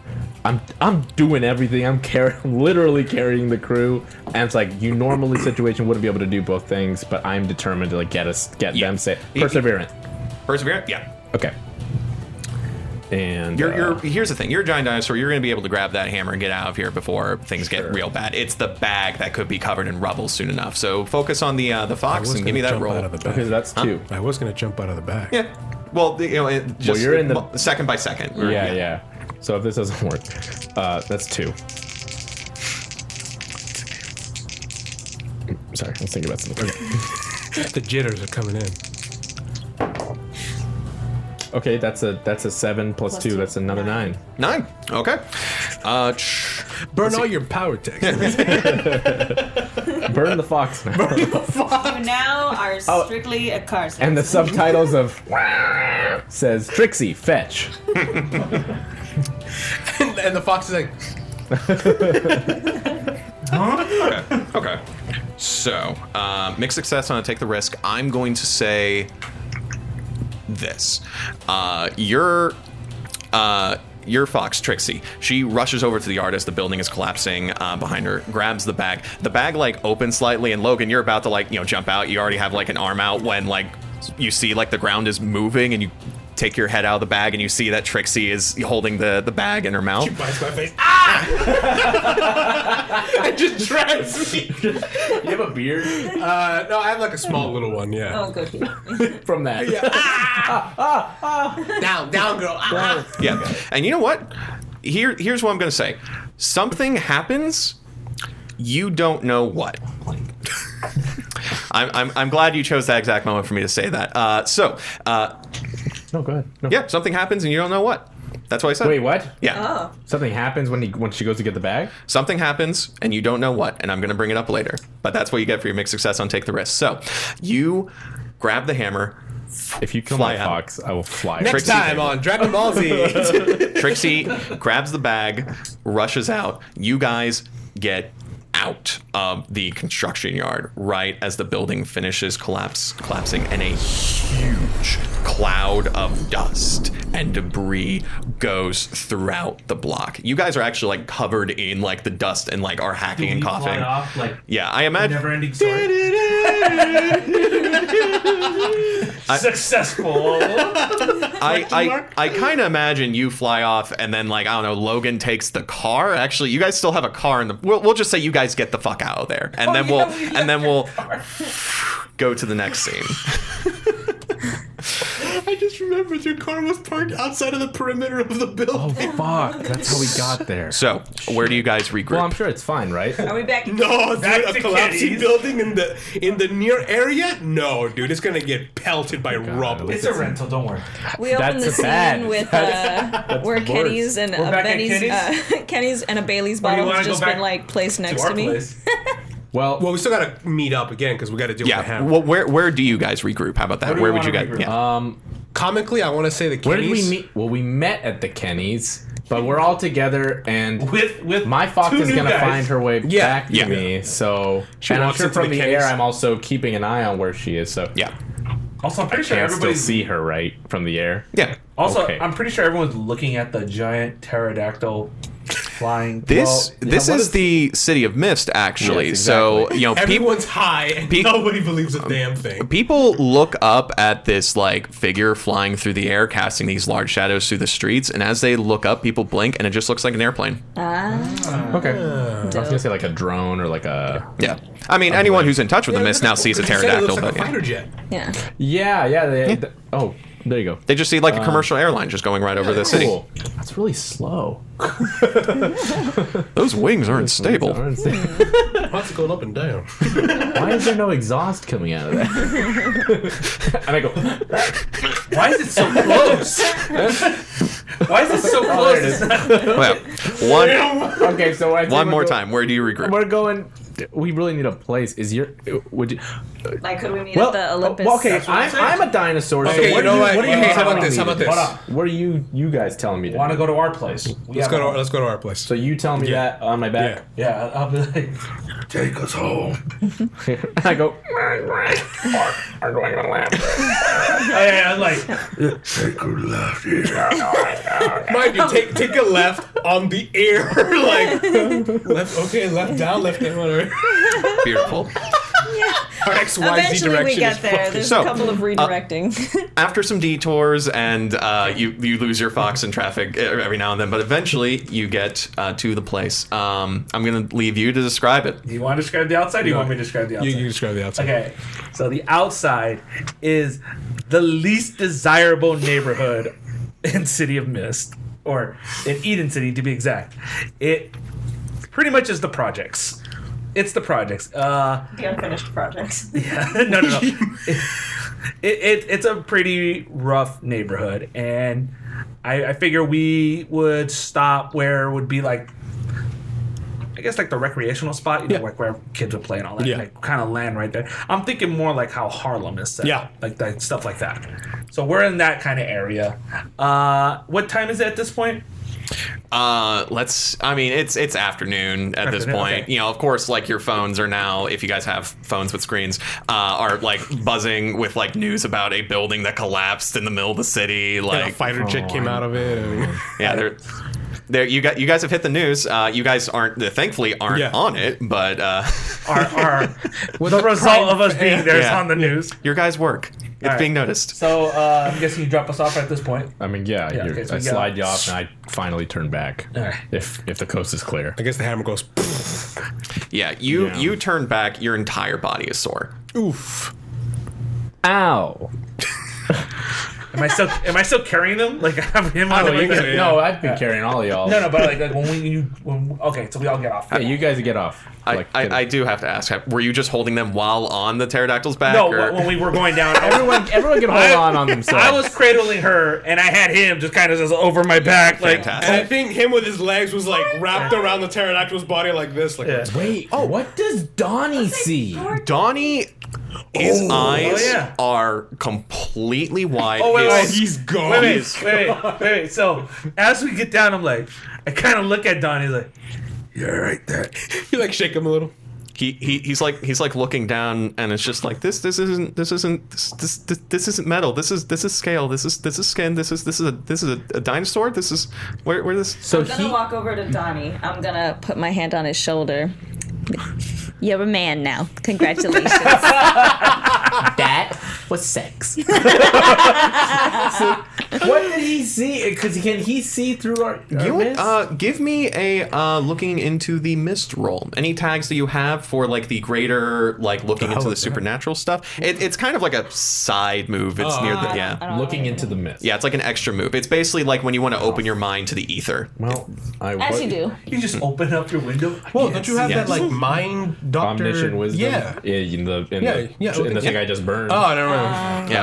D: I'm I'm doing everything. I'm car- literally carrying the crew, and it's like you normally situation wouldn't be able to do both things, but I'm determined to like get us get
A: Yeah.
D: them safe.
A: Y- y-
D: Perseverant.
A: Perseverant? Yeah.
D: Okay. And
A: You're,
D: uh,
A: you're, here's the thing. You're a giant dinosaur. You're going to be able to grab that hammer and get out of here before things get real bad. It's the bag that could be covered in rubble soon enough. So focus on the uh, the fox and give me that
G: jump
A: roll.
G: Out of the bag.
D: okay. uh, That's two.
G: I was gonna jump out of the bag.
A: yeah. Well, the- you know, it just
D: you're in the-
A: well, second by second. Or-
D: Yeah, yeah. So if this doesn't work, uh, that's two. Sorry, let's think about something.
G: The jitters are coming in.
D: Okay, that's a that's a seven plus, plus two.
C: two.
D: That's another nine.
A: Nine. Okay. Uh, tch,
G: Burn all your power tech.
D: Burn the fox now.
C: You now are strictly a car service.
D: Oh. and the subtitles of says Trixie fetch.
H: and, and the fox is like,
A: okay. So, uh, mixed success on a take the risk. I'm going to say this. Uh, your, uh, your fox, Trixie, she rushes over to the yard as the building is collapsing uh, behind her, grabs the bag. The bag, like, opens slightly, and Logan, you're about to, like, you know, jump out. You already have, like, an arm out when, like, you see, like, the ground is moving and you take your head out of the bag and you see that Trixie is holding the, the bag in her mouth.
H: bites my face. Ah! it just drags me.
D: You have a beard
G: Uh, no, I have like a small little one. Yeah.
C: Oh, good.
D: from that.
H: Down, down, girl. Ah!
A: Yeah. And you know what? Here here's what I'm going to say. Something happens, you don't know what. I'm, I'm, I'm glad you chose that exact moment for me to say that. Uh, so, uh,
D: No, go ahead. No.
A: yeah, something happens and you don't know what. That's what I said.
D: Wait, what?
A: Yeah.
C: Oh.
D: Something happens when he when she goes to get the bag.
A: Something happens and you don't know what, and I'm going to bring it up later. But that's what you get for your mixed success on Take the Risk. So, you grab the hammer.
D: If you kill
A: Fly
D: my
A: out.
D: fox, I will fly.
A: Trixie-
G: Time on Dragon Ball Z.
A: Trixie grabs the bag, rushes out. You guys get out of the construction yard right as the building finishes collapse collapsing and a huge cloud of dust and debris goes throughout the block. You guys are actually like covered in like the dust and like are hacking and
E: We fly
A: coughing.
E: off, like
A: Yeah, I imagine.
E: never ending story. Successful.
A: I, I, I kind of imagine you fly off and then like I don't know Logan takes the car. Actually, you guys still have a car in the. We'll, we'll just say you guys get the fuck out of there, and then we'll and then we'll go to the next scene.
H: I just remembered your car was parked outside of the perimeter of the building.
D: Oh, Fuck, that's how we got there.
A: So where do you guys regroup?
D: Well, I'm sure it's fine, right?
C: Are we back?
H: No, dude,
E: Back to
H: a collapsing
E: kitties.
H: building in the in the near area? No, dude, it's gonna get pelted by rubble.
E: it's a rental. Don't worry.
C: We opened
D: That's
C: the
D: bad.
C: scene with uh, where
D: worse.
C: Kenny's and
E: We're
C: a
E: back at
C: Benny's,
E: Kenny's?
C: Uh, Kenny's and a Bailey's
E: do you
C: bottle
E: wanna
C: has
E: go
C: just been
E: back
C: like placed next
E: to
C: to,
E: our
C: me.
E: place.
D: Well,
H: Well, we still gotta meet up again because we gotta do what we
A: yeah.
H: have.
A: Well, where where do you guys regroup? How about that?
E: do
A: Where
E: we
A: would you
E: wanna
A: guys?
E: regroup?
A: Yeah.
H: Comically, I want to say the
D: where did we
H: kitties.
D: meet? Well, we met at the Kennys, but we're all together, and
E: With with
D: my fox
E: two
D: is
E: new
D: gonna
E: guys.
D: find her way
H: Yeah.
D: back to
A: Yeah.
D: me. So, and I'm
H: walks
D: sure
H: into
D: from
H: the
D: the, air,
H: Kennys.
D: I'm also keeping an eye on where she is. So,
A: yeah.
E: Also, I'm pretty sure
D: can't still
E: everybody's.
D: see her right from the air.
A: Yeah.
E: Also,
D: Okay.
E: I'm pretty sure everyone's looking at the giant pterodactyl flying.
A: This
E: well,
A: this
E: yeah, what
A: is the city of mist actually.
D: Yes,
A: So you know people
H: Everyone's high and
A: Pe-
H: nobody believes a damn thing.
A: people look up at this like figure flying through the air casting these large shadows through the streets and as they look up people blink and it just looks like an airplane
D: Okay. I was gonna say like a drone or like a.
A: yeah i mean anyone who's in touch with the mist now sees a
H: You said it
A: pterodactyl
H: looks like
A: but
H: a
A: yeah.
H: fighter jet.
C: Yeah.
D: Yeah, yeah. They, th- oh, there you go.
A: they just see like a commercial airline just going right over the city
D: Cool. That's really slow.
A: those wings aren't stable
H: Lots of going up and down.
D: Why is there no exhaust coming out of that? and I go,
E: Why is it so close? Why is it so close? It's not-
A: well one
D: okay, so I think
A: one
D: we're
A: more
D: go-
A: time where do you regroup
D: We're going. We really need a place. Is your would you?
C: Like, could we meet
D: Well,
C: at the Olympus?
D: well, okay. I'm, I'm a dinosaur.
H: Okay,
D: so
H: you
D: what
H: know
D: are
H: what?
D: you, what? are
H: Well,
D: you
H: how about
D: telling
H: this?
D: me
H: How
D: to
H: about
D: do?
H: this?
E: What
D: What are you you guys telling me? To
E: Want
D: do?
E: to go to our place? We
H: Let's
E: have
H: go to
E: a-
H: our, let's go to our place.
D: So you tell me
H: Yeah.
D: that on my
G: Yeah.
D: back.
E: Yeah, I'll be like,
F: Take us home.
D: I go.
E: yeah, I'm like,
F: Take a left here.
H: Mind you, take take a left on the air, like left. Okay, left down, left down, whatever.
A: beautiful
H: Our X Y Z
C: Eventually
H: direction
C: we
H: is
C: get there.
H: fucking-
C: There's
A: So,
C: a couple
D: uh,
C: of redirecting.
A: after some detours and uh, you you lose your fox in traffic uh, every now and then but eventually you get uh, to the place um, i'm gonna leave you to describe it
E: do you want to describe the outside? Or do you want me to describe the outside?
H: You, you describe the outside.
E: Okay, so the outside is the least desirable neighborhood in City of Mist, or in Eden City to be exact. It pretty much is the projects. It's the projects. Uh,
C: the unfinished projects.
E: yeah, no, no, no. it, it, it's a pretty rough neighborhood, and I, I figure we would stop where would be like. I guess like the recreational spot, you know, like where kids would play and all that,
H: Yeah.
E: like kind of land right there. I'm thinking more like how Harlem is set,
H: Yeah.
E: like that stuff like that. So we're in that kind of area. Uh, what time is it at this point?
A: Uh, let's. I mean, it's it's afternoon at this
E: Afternoon,
A: point.
E: okay.
A: You know, of course, like your phones are now. If you guys have phones with screens, uh, are like buzzing with like news about a building that collapsed in the middle of the city.
H: And a
A: Like,
H: fighter jet came out of it. and-
A: yeah, they're. There, you got. You guys have hit the news. Uh, you guys aren't, thankfully, aren't
H: Yeah.
A: on it. But uh,
E: Our, our the result of us being there is
A: Yeah.
E: on the news.
A: your guys' work, it's
E: Alright.
A: being noticed.
E: So uh, I'm guessing you drop us off at this point.
D: I mean, yeah.
E: Yeah,
D: you're-
E: okay, so
D: I
E: we got-
D: slide you off, and I finally turn back.
E: Alright.
D: If if the coast is clear.
H: I guess the hammer goes. "Pfft."
A: Yeah, you
D: Yeah.
A: you turn back. Your entire body is sore.
H: Oof.
D: Ow.
E: Am I still am I still carrying them? Like I have him on
H: Oh,
E: the
H: you
E: like,
H: can- Yeah.
D: No, I've been carrying all y'all.
E: No, no, but like, like when we you when okay, so we all get off.
D: Yeah, you guys get off.
A: I,
D: Like,
A: I,
D: get-
A: I do have to ask. Were you just holding them while on the pterodactyl's back?
E: no,
A: or-
E: wh- when we were going down, I was,
D: everyone everyone can hold
E: I-
D: on on themselves.
E: I was cradling her, and I had him just kind of just over my back, like
A: Fantastic.
H: And I think him with his legs was like wrapped around the pterodactyl's body like this. Like,
E: Yeah.
D: Wait, oh, what does Donnie see?
A: Donnie, his eyes
E: Oh, yeah.
A: are completely wide.
E: Oh, wait,
A: His-
E: wait.
H: he's gone.
E: Wait, wait, wait, wait, wait. So as we get down, I'm like, I kind of look at Donnie, like,
F: You're right there.
H: You like shake him a little.
A: he, he he's like he's like looking down and it's just like this this isn't this isn't this this, this, this isn't metal this is this is scale this is this is skin this is this is a this is a, a dinosaur this is where where this
D: So
C: I'm gonna
D: he,
C: walk over to Donnie. I'm gonna put my hand on his shoulder. You're a man now. Congratulations.
J: That was sex.
D: what did he see? Because can he see through our, our
A: you would,
D: mist?
A: uh, give me a uh, looking into the mist roll. Any tags that you have for like the greater like looking into the supernatural stuff. It, it's kind of like a side move.
E: Oh,
A: It's near the yeah.
D: looking into the mist?
A: Yeah, it's like an extra move. It's basically like when you want to open your mind to the ether.
D: Well, I
C: As
D: was-
C: you do.
E: You just open up your window. I
H: Well,
E: can't
H: don't you have
E: see.
A: yes.
H: that like mind doctor?
D: Omniscient wisdom.
H: Yeah.
D: In the in
H: Yeah,
D: the,
H: yeah,
D: in the
H: okay.
D: thing I just burned.
H: Oh, never mind.
C: Um,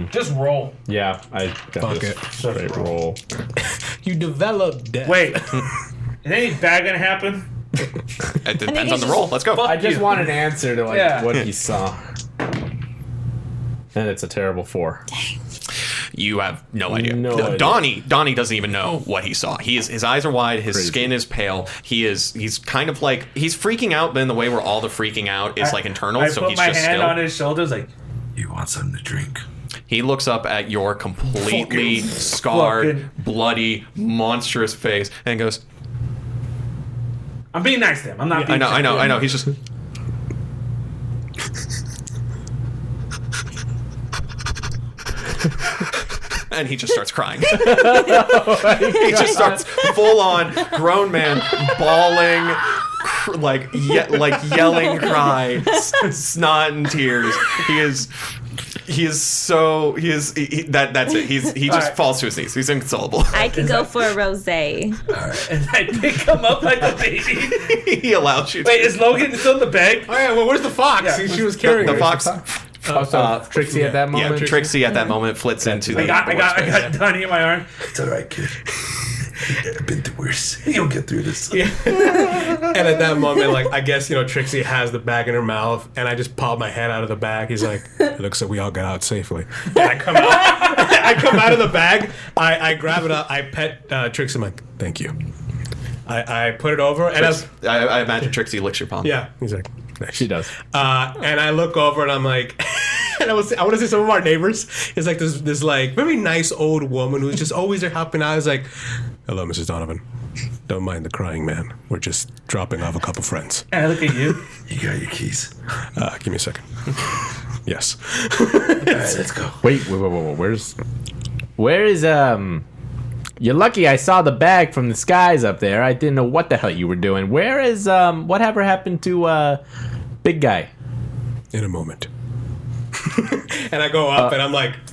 E: Uh,
A: Yeah.
E: Just roll.
D: Um, yeah. I got
H: Fuck
D: this
H: it.
D: straight roll.
H: you develop death.
E: Wait, is anything bad gonna happen?
A: it depends
C: it's
A: on the
C: just-
A: roll. Let's go.
D: I just want an answer to like
E: Yeah.
D: what he saw. And it's a terrible four.
A: You have no idea.
D: No idea.
A: Donnie, Donnie doesn't even know what he saw. He is his eyes are wide, his skin is pale. He is he's kind of like he's freaking out, but in the way where all the freaking out is like internal,
E: I
A: so
E: put
A: he's
E: my
A: just
E: hand
A: still.
E: on his shoulders, like
F: You want something to drink?
A: He looks up at your completely scarred,
E: fucking-
A: bloody, monstrous face and goes,
E: I'm being nice to him. I'm not.
A: I
E: being
A: know, I know, I know. He's just And he just starts crying. he just starts full on grown man bawling, cr- like ye- like yelling cry, s- snot and tears. He is he is so he is he, he- that that's it. He's he just
E: right.
A: falls to his knees. He's inconsolable.
C: I could go for a rosé.
E: And I pick him up like a baby.
A: he allows you. to-
E: Wait, is Logan still in the bag?
H: Oh yeah. uh, Well, where's the fox?
E: Yeah.
H: See, she was carrying
A: the
H: it.
A: fox.
D: Also, uh, Trixie at that
A: Yeah,
D: moment.
A: Trixie at that moment flits into the.
E: I got, I got, I got Donnie in my arm.
F: It's all right, kid. I've been through worse. You'll get through this.
H: And at that moment, like I guess you know, Trixie has the bag in her mouth, and I just pop my head out of the bag. He's like, "It looks like we all got out safely." And I come out, I come out of the bag. I, I grab it up. I pet uh, Trixie. I'm like, "Thank you." I, I put it over, and I,
A: I, I imagine Trixie licks your palm.
H: yeah, he's like, "Nice."
D: She does.
H: Uh, and I look over and I'm like, and I was I want to say some of our neighbors is like this this like very nice old woman who's just always there helping out. Is like, hello, Mrs. Donovan. Don't mind the crying man. We're just dropping off a couple friends.
E: And I look at you.
F: You got your keys.
H: Uh, give me a second. yes.
F: All right, let's go.
D: Wait, wait, wait, wait, wait. Where's, where is um? You're lucky I saw the bag from the skies up there. I didn't know what the hell you were doing. Where is um? Whatever happened to uh, big guy?
H: In a moment. and I go
E: Uh,
H: up and I'm like.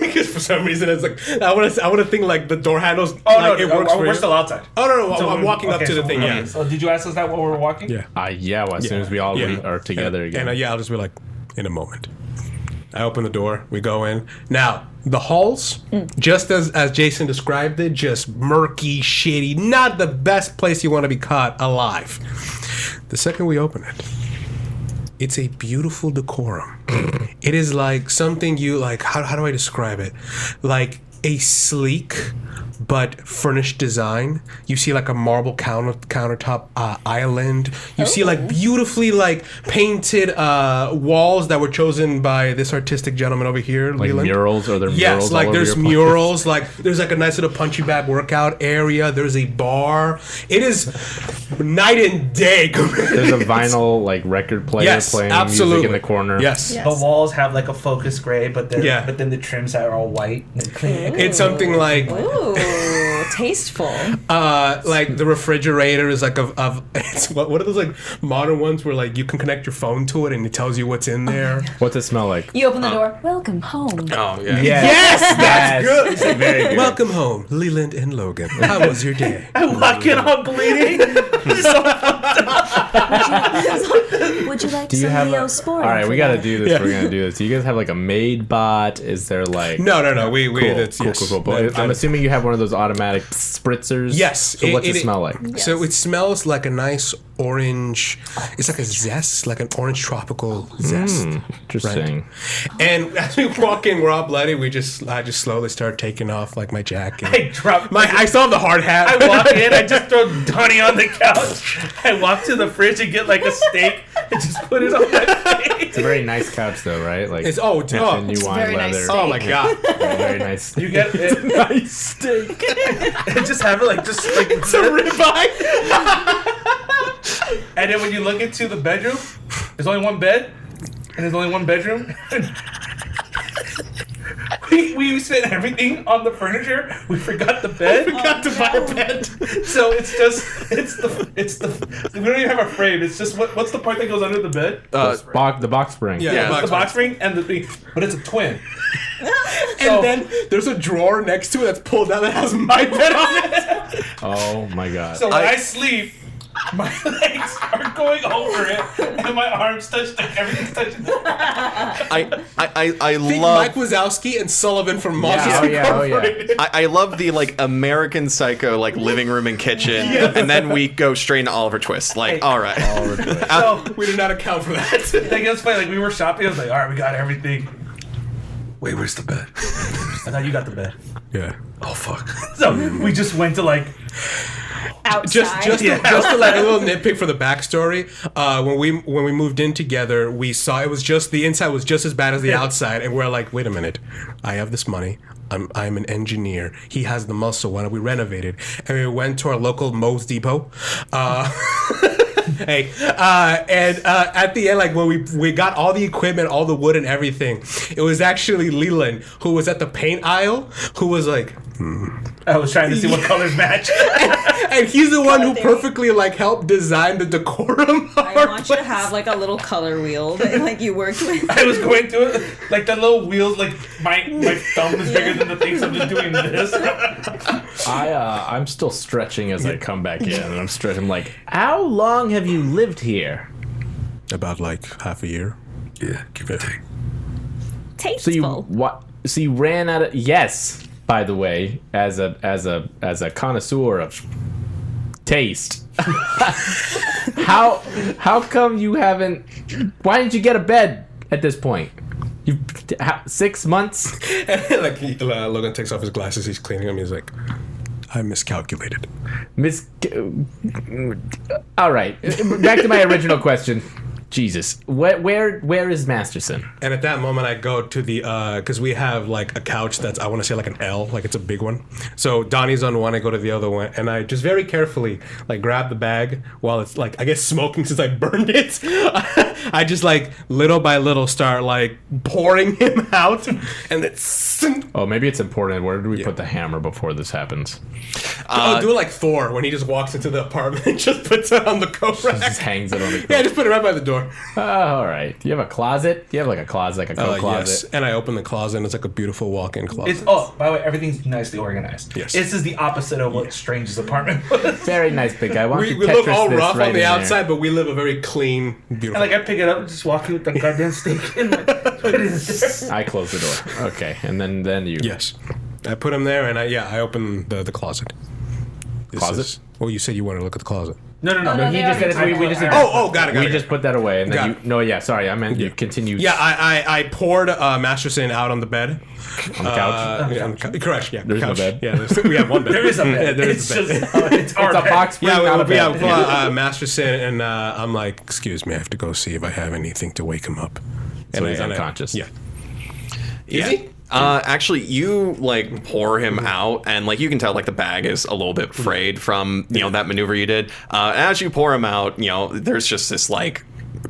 H: Because for some reason it's like I want to I want to think like the door handles. Oh like, it works for
E: we're
H: you.
E: still outside.
H: Oh no no! I'm-
E: So
H: I'm
E: we-
H: walking up
E: okay,
H: to the
E: so
H: thing.
E: we-
H: Yeah.
E: So did you ask us that while we were walking?
H: Yeah.
D: Uh, yeah. Well, as soon as we all
H: Yeah.
D: re- are together
H: and,
D: again.
H: And uh, yeah, I'll just be like, in a moment. I open the door. We go in. Now the halls, just as as Jason described it, just murky, shitty. Not the best place you want to be caught alive. The second we open it, it's a beautiful decorum. it is like something you like. How how do I describe it? Like a sleek but furnished design. You see like a marble counter countertop uh, island. You see
D: Oh.
H: like beautifully like painted uh, walls that were chosen by this artistic gentleman over here.
D: like
H: Leland.
D: murals or there murals?
H: Yes,
D: all
H: like
D: over
H: there's
D: your place?
H: murals, like there's like a nice little punchy bag workout area. There's a bar. It is night and day.
D: There's a vinyl like record player
H: yes,
D: playing
H: absolutely
D: music in the corner.
H: Yes,
E: The walls have like a focus gray, but then
H: Yeah.
E: but then the trims are all white and clean.
H: it's something like
C: Ooh, tasteful.
H: uh like the refrigerator is like of, of it's what, what are those like modern ones where like you can connect your phone to it and it tells you what's in there.
D: What's it smell like?
C: You open the door. Welcome home.
A: Oh yeah.
H: Yes, that's
D: Yes.
H: good.
D: Very good.
H: Welcome home, Leland and Logan. How was your day?
E: I'm walking all bleeding.
J: Would you like
D: Do you
J: some
D: have
J: Leo
D: a,
J: Spore?
D: All right, we got to do this.
H: Yeah.
D: We're gonna do this. Do you guys have like a maid bot? Is there like
H: No, no, no. We we
D: Cool,
H: that's
D: cool,
H: yes.
D: cool, cool, cool.
H: That-
D: I'm
H: that-
D: assuming you have one of those automatic spritzers.
H: Yes.
D: So what's it, smell like?
H: So it smells like a nice orange. It's like a zest, like an orange tropical zest.
D: Hmm. Interesting.
H: And as we walk in, we're all bloody. We just, I just slowly start taking off like my jacket.
E: I drop
H: my, I still have the hard hat.
E: I walk in, I just throw Donnie on the couch. I walk to the fridge and get like a steak and just put it on my
D: It's a very nice couch, though, right? Like
H: It's oh, it's, oh,
D: and you want
C: very nice
D: leather.
C: steak. Oh my
D: god, very nice.
E: You get it.
D: nice steak.
E: and just have it like just like it's a ribeye. and then when you look into the bedroom, there's only one bed, and there's only one bedroom. we we spent everything on the furniture. We forgot the bed. forgot to buy a bed. so it's just it's the it's the we don't even have a frame. It's just what what's the part that goes under the bed?
A: Uh,
D: Box, the box spring.
H: yeah,
A: Yeah,
H: box
E: the box spring and the thing, but it's a twin. Oh.
H: And then there's a drawer next to it that's pulled out that has my bed on it.
D: Oh my god.
E: So when
A: I-
E: I, sleep, my legs are going over it, and my arms touch the everything's touching. The,
A: I I I, I
H: Think
A: love
H: Mike Wazowski and Sullivan from Monsters.
D: yeah, oh yeah, oh yeah.
A: I, I love the like American Psycho like living room and kitchen, and then we go straight into Oliver Twist. Like, all right,
E: so
H: We did not account for that.
E: Like, it was funny. Like, we were shopping. I was like, all right, we got everything.
F: Wait, where's the bed?
E: I thought you got the bed.
G: Yeah.
F: Oh, fuck.
E: So we just went to like,
C: outside.
H: just just to, just to like a little nitpick for the backstory. Uh, when we when we moved in together, we saw it was just the inside was just as bad as the outside, and we're like, wait a minute, I have this money. I'm, I'm an engineer. He has the muscle. Why don't we renovate it? And we went to our local Moe's Depot. Uh, hey, uh, and uh, at the end, like when we we got all the equipment, all the wood and everything, it was actually Leland who was at the paint aisle who was like,
E: I was trying to see what colors match.
H: and he's the one who
C: theory.
H: perfectly like helped design the decorum. Of
C: I
H: our
C: want you
H: place.
C: to have like a little color wheel that like you worked with.
E: I was going to it, like the little wheels. Like my my thumb is bigger than the thing, so I'm just doing this.
D: I uh, I'm still stretching as I come back in, and I'm stretching. I'm like, how long have you lived here?
G: About like half a year.
F: Yeah, give or take.
D: So
C: Tasteful.
D: you what? So you ran out of yes. By the way, as a as a as a connoisseur of taste, how how come you haven't? Why didn't you get a bed at this point? You how, six months?
G: like he, uh, Logan takes off his glasses, he's cleaning them. He's like, I miscalculated.
D: Miss. All right, back to my original question. Jesus, where where where is Masterson?
G: And at that moment, I go to the because we have like a couch that's I want to say like an L, like it's a big one. So Donnie's on one, I go to the other one, and I just very carefully like grab the bag while it's like I guess smoking since I burned it. I just like little by little start like pouring him out, and then
D: Oh, maybe it's important. Where did we put the hammer before this happens?
G: oh, do it like Thor when he just walks into the apartment and just puts it on the coat
D: Just
G: rack.
D: hangs it on the.
G: Yeah, just put it right by the door.
D: Oh, all right. Do you have a closet? Do you have like a closet, like a coat
G: Uh, yes,
D: closet?
G: and I open the closet, and it's like a beautiful walk-in closet.
E: It's oh, by the way, everything's nicely organized.
G: Yes.
E: This is the opposite of what Strange's apartment was. and
D: Very nice, big guy. Why don't
G: we,
D: you
G: we look
D: Tetris
G: all
D: this
G: rough
D: right
G: on
D: in
G: the
D: there?
G: outside, but we live a very clean, beautiful.
E: like I pick it up and just walk in with the goddamn steak in my. put it in there.
D: I close the door. Okay, and then then you.
G: Yes. I put him there, and I yeah, I open the the closet. This
D: Closet?
G: Is, well, you said you wanted to look at the closet.
E: No, no, no.
D: No, he just did it. We, we just did
G: Oh, oh, got it, got
D: We
G: it.
D: just put that away, and then
G: Got
D: you.
G: it.
D: No, yeah, sorry, I meant you continued.
G: Yeah, I I, I poured uh, Masterson out on the bed.
D: on the couch.
G: Uh, yeah, on the cou- correct. Yeah,
D: There's no
G: couch.
D: bed.
G: Yeah, there's, we have one bed.
E: There is a bed.
G: Yeah, there
E: it's
G: is a bed.
E: just uh, it's our
D: it's a
E: bed.
D: box spring,
G: Yeah,
D: not a
G: we, we
D: bed.
G: have uh, Masterson, and uh, I'm like, excuse me, I have to go see if I have anything to wake him up.
D: So
G: and
D: he's
G: I- and I-
D: unconscious.
G: yeah.
A: Yeah. Uh, actually, you like pour him out, and like you can tell, like the bag is a little bit frayed from you know that maneuver you did. Uh, as you pour him out, you know there's just this like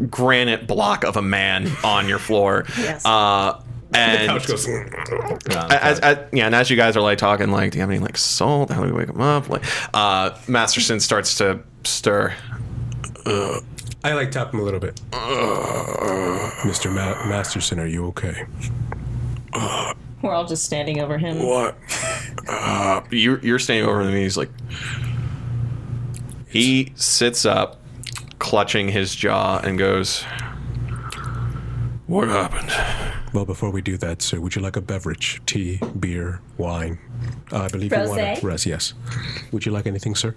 A: granite block of a man on your floor.
C: Yes.
A: Uh, and
G: Couch goes. "Mm."
D: Yeah, on the
A: as,
D: couch.
A: as, yeah, and as you guys are like talking, like, do you have any like salt? How do we wake him up? Like, uh, Masterson starts to stir.
G: I like tap him a little bit. Mr. Ma- Masterson, are you okay?
C: We're all just standing over him.
F: What?
A: You're, you're standing over him, and he's like, he sits up, clutching his jaw, and goes,
F: What happened?
G: Well, before we do that, sir, would you like a beverage? Tea, beer, wine? Uh, I believe you want
C: Rosé?
G: a res, yes. Would you like anything, sir?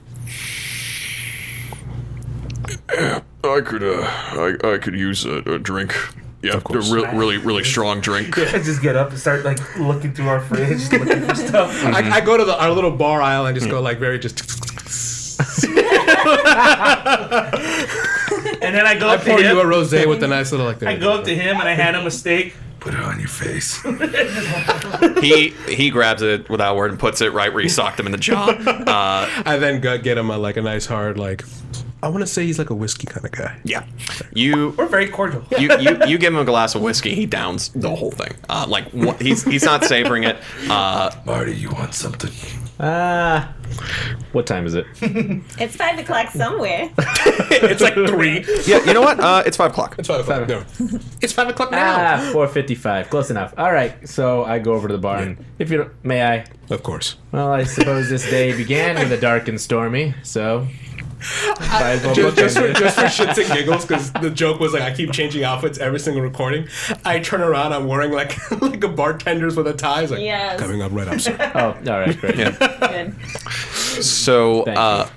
F: I could, uh, I, I could use a, a drink. Yeah, a
G: course.
F: real, really, really strong drink.
E: I just get up and start like looking through our fridge, looking for stuff.
G: I, I go to the, our little bar aisle and just go like very just.
E: And then I go up to
H: Pour you a
E: him.
H: rosé with a nice little like.
E: I go up to him and I hand him a steak.
F: Put it on your face.
A: He he grabs it without word and puts it right where he socked him in the jaw. Uh,
H: I then go get him a, like a nice hard like. I want to say he's like a whiskey kind of guy.
A: yeah, you
E: We're very cordial.
A: you, you you give him a glass of whiskey. He downs the whole thing. Uh, like wha- he's he's not savoring it. Uh,
F: Marty, you want something?
D: Ah. what time is it?
C: It's five o'clock somewhere.
H: it's like three.
A: yeah, you know what? Uh, it's five o'clock.
H: It's five o'clock. No. It's five o'clock now.
D: Ah, 4:55. Close enough. All right. So I go over to the bar, and if you don't, may I?
H: Of course.
D: Well, I suppose this day began with a dark and stormy. So. Might as well
H: Just,
D: bookend
H: just, for,
D: it.
H: just for shits and giggles, because the joke was like I keep changing outfits every single recording. I turn around, I'm wearing like like a bartender's with a tie. It's like
C: Yes.
H: coming up right up. Sir.
D: oh, all right. Great.
C: Good.
A: So,
D: Thank
A: uh,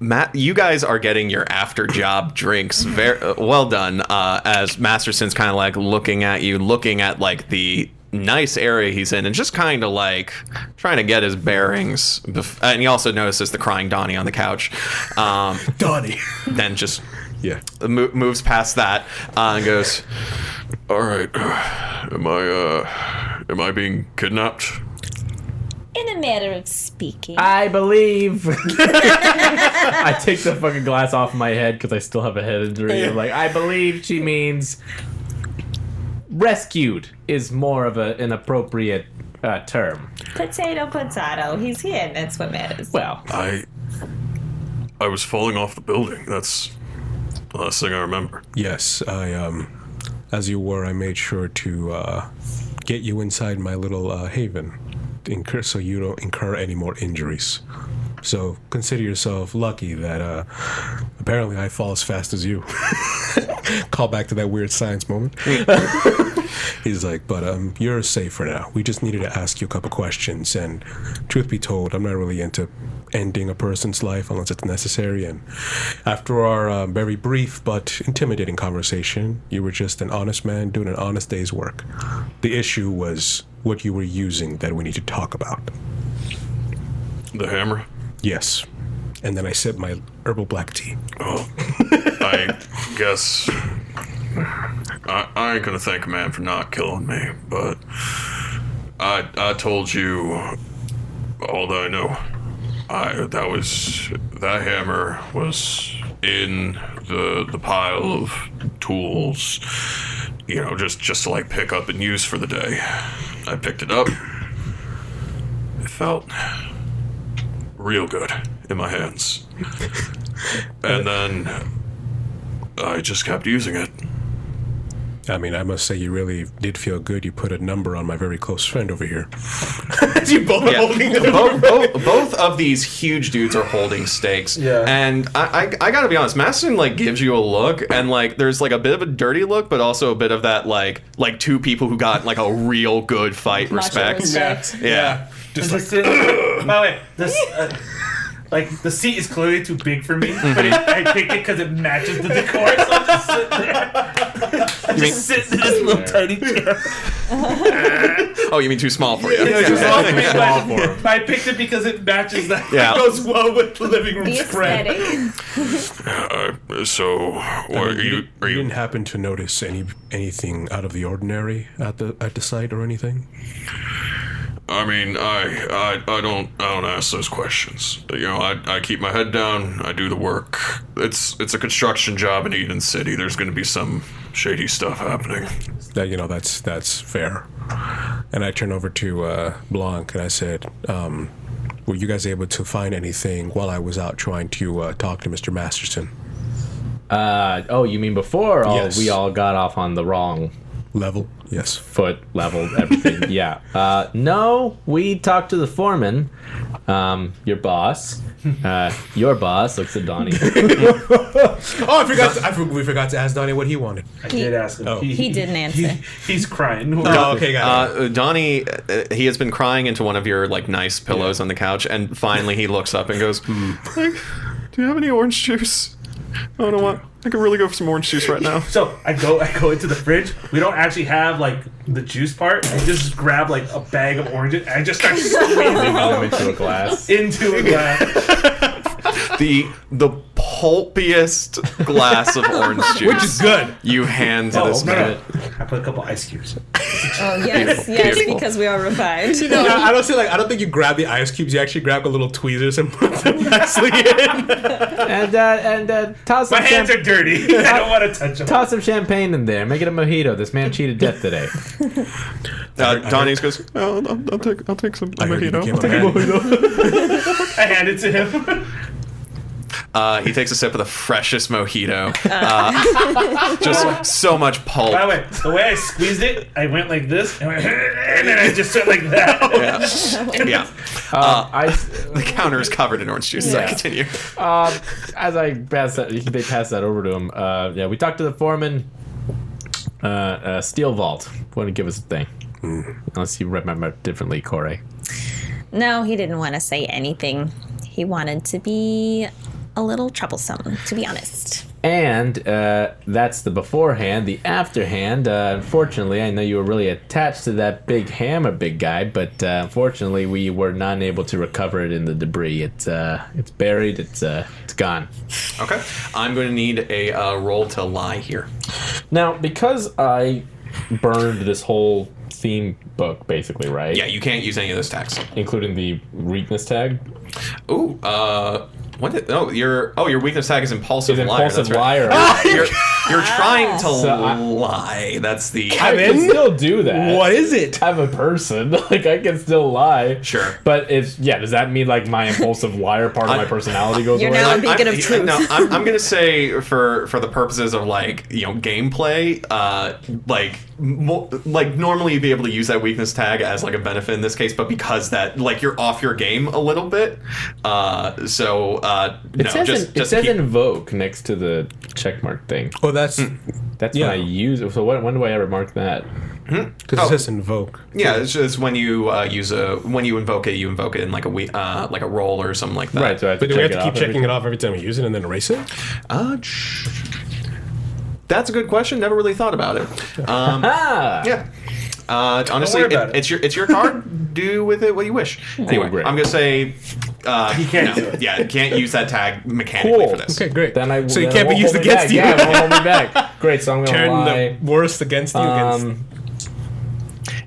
A: Matt, you guys are getting your after job drinks. Very uh, well done. Uh, as Masterson's kind of like looking at you, looking at like the nice area he's in, and just kind of like trying to get his bearings. Bef- and he also notices the crying Donnie on the couch. Um,
H: Donnie.
A: then just
H: Yeah.
A: mo- moves past that uh, and goes,
F: All right. Am I, uh, am I being kidnapped?
C: In a matter of speaking.
D: I believe. I take the fucking glass off my head because I still have a head injury. I'm like, I believe she means rescued is more of a, an appropriate uh, term.
C: potato, potato. He's here, and that's what matters.
D: Well,
F: I, I was falling off the building. That's the last thing I remember.
H: Yes, I um, as you were, I made sure to uh, get you inside my little uh, haven, to incur, so you don't incur any more injuries. So consider yourself lucky that uh, apparently I fall as fast as you. Call back to that weird science moment. He's like, but um, you're safe for now. We just needed to ask you a couple questions. And truth be told, I'm not really into ending a person's life unless it's necessary. And after our uh, very brief but intimidating conversation, you were just an honest man doing an honest day's work. The issue was what you were using that we need to talk about.
F: The hammer?
H: Yes. And then I sip my herbal black tea.
F: Oh, I guess I, I ain't gonna thank a man for not killing me, but I I told you all that I know. I that was that hammer was in the the pile of tools, you know, just just to like pick up and use for the day. I picked it up. It felt real good in my hands. And then I just kept using it.
H: I mean, I must say, you really did feel good. You put a number on my very close friend over here. As you both are
A: Yeah.
H: holding it.
A: both, both, both of these huge dudes are holding stakes.
E: Yeah.
A: And I, I, I gotta be honest, Maston like gives you a look, and like there's like a bit of a dirty look, but also a bit of that like like two people who got like a real good fight
C: Much of
A: respect.
C: respect.
A: Yeah.
E: Just like, by the way, this uh, like the seat is clearly too big for me, but it, I picked it because it matches the decor. So I'm just sitting there. I'm
A: mean-
E: just sitting in this little tiny chair.
A: Oh, you mean too small for you?
E: It's just all big,
A: Yeah.
E: but- but I picked it because it matches that.
A: Yeah.
E: It goes well with the living room
C: the
E: spread.
C: aesthetic.
F: Uh, so, what, are you? Are
H: You
F: you?
H: didn't happen to notice any anything out of the ordinary at the at the site or anything?
F: I mean, I, I, I don't, I don't ask those questions. You know, I, I keep my head down. I do the work. It's, it's a construction job in Eden City. There's going to be some shady stuff happening.
H: That you know that's that's fair. And I turned over to uh, Blanc and I said, um, "Were you guys able to find anything while I was out trying to uh, talk to Mr. Masterson?"
D: uh, oh, you mean before all
H: Yes.
D: we all got off on the wrong
H: Level, yes.
D: foot leveled everything. yeah. Uh, no, we talked to the foreman, um, your boss. Uh, your boss looks at Donnie.
H: Oh, I forgot. To, I for, we forgot to ask Donnie what he wanted.
E: I did ask him.
C: He didn't answer.
E: he's crying.
H: Oh, okay, got it.
A: Uh, Donnie, uh, he has been crying into one of your like nice pillows on the couch, and finally he looks up and goes, "Like, "Do you have any orange juice? I don't know what. I could really go for some orange juice right now."
E: So I go, I go into the fridge. We don't actually have like the juice part. I just grab like a bag of oranges and I just start squeezing
D: Into a glass.
E: into a glass.
A: the the pulpiest glass of orange juice, which is
G: good.
A: You hand to this man.
E: Oh, I put a couple ice cubes.
C: Oh yes,
A: Beautiful,
C: yes,
A: beautiful.
C: because we are revived.
H: No, I I don't see like I don't think you grab the ice cubes. You actually grab a little tweezers and put them nicely in.
D: and uh, and uh, toss
E: My
D: some
E: hands
D: champ-
E: are dirty. I don't want to touch them.
D: toss some champagne in there. Make it a mojito. This man cheated death today.
A: Uh, Donnie's goes. Oh, I'll, I'll take I'll take some mojito.
E: I hand it to him.
A: Uh, he takes a sip of the freshest mojito. Uh, just so much pulp.
E: By the way, the way I squeezed it, I went like this, and, went, and then I just went like that.
A: Yeah. yeah.
D: Uh, I s-
A: The counter is covered in orange juice. Sorry, continue.
D: uh, as I pass that, they pass that over to him. Uh, yeah, we talked to the foreman. Uh, uh, Steel Vault wouldn't give us a thing, unless you remember differently, Corey.
C: No, he didn't want to say anything. He wanted to be a little troublesome, to be honest.
D: And uh, that's the beforehand. The afterhand, uh, unfortunately, I know you were really attached to that big hammer, big guy, but uh, unfortunately, we were not able to recover it in the debris. It's uh, it's buried. It's uh, it's gone.
A: Okay. I'm going to need a uh, roll to lie here.
D: Now, because I burned this whole theme book, basically, right?
A: Yeah, you can't use any of those tags.
D: Including the weakness tag,
A: Ooh. Uh, what? Did, oh, your oh your weakness tag is impulsive
D: is
A: liar.
D: impulsive
A: That's right. Ah,
D: liar.
A: You're, you're trying to
D: I-
A: lie. That's the
D: I can
H: Kevin?
D: still do that.
H: What is it?
D: I'm a person. Like I can still lie.
A: Sure.
D: But if yeah, does that mean like my impulsive liar part of
A: I-
D: my personality goes
C: You're
D: away?
C: now-
D: Like,
C: I'm beacon of truth.
A: No, I'm, I'm gonna say for for the purposes of like you know gameplay, uh, like mo- like normally you'd be able to use that weakness tag as like a benefit in this case, but because that like you're off your game a little bit, uh, so uh,
D: it
A: no,
D: says,
A: just
D: in, it
A: just
D: says
A: keep-
D: invoke next to the checkmark thing.
H: Oh, that's
F: Hmm.
D: That's
H: Yeah.
D: when I use. it. So when, when do I ever mark that?
H: because
A: Oh.
H: it says invoke.
A: yeah, it's just when you uh, use a when you invoke it, you invoke it in like a we uh, like a roll or something like that.
D: Right. So I have
G: But
D: to
G: do we have
D: check it
G: to
D: off
G: keep
D: every-
G: checking it off every time we use it and then erase it?
A: Uh, sh- that's a good question. Never really thought about it. Um,
D: Ah!
A: yeah. Uh, honestly,
E: worry
A: it-
E: about it.
A: it's your it's your card. do with it what you wish. Anyway,
D: great.
A: I'm gonna say. Uh, you
E: can't
A: no,
E: do it.
A: Yeah, you can't use that tag mechanically for this.
H: Okay, great.
D: Then I
H: so you
D: then
H: can't
D: it
H: be
D: won't
H: used
D: hold me
H: against
D: back.
H: you.
D: Yeah, it won't hold me back. Great. So I'm gonna
H: Turn
D: lie.
H: the worst against you. against
D: Um,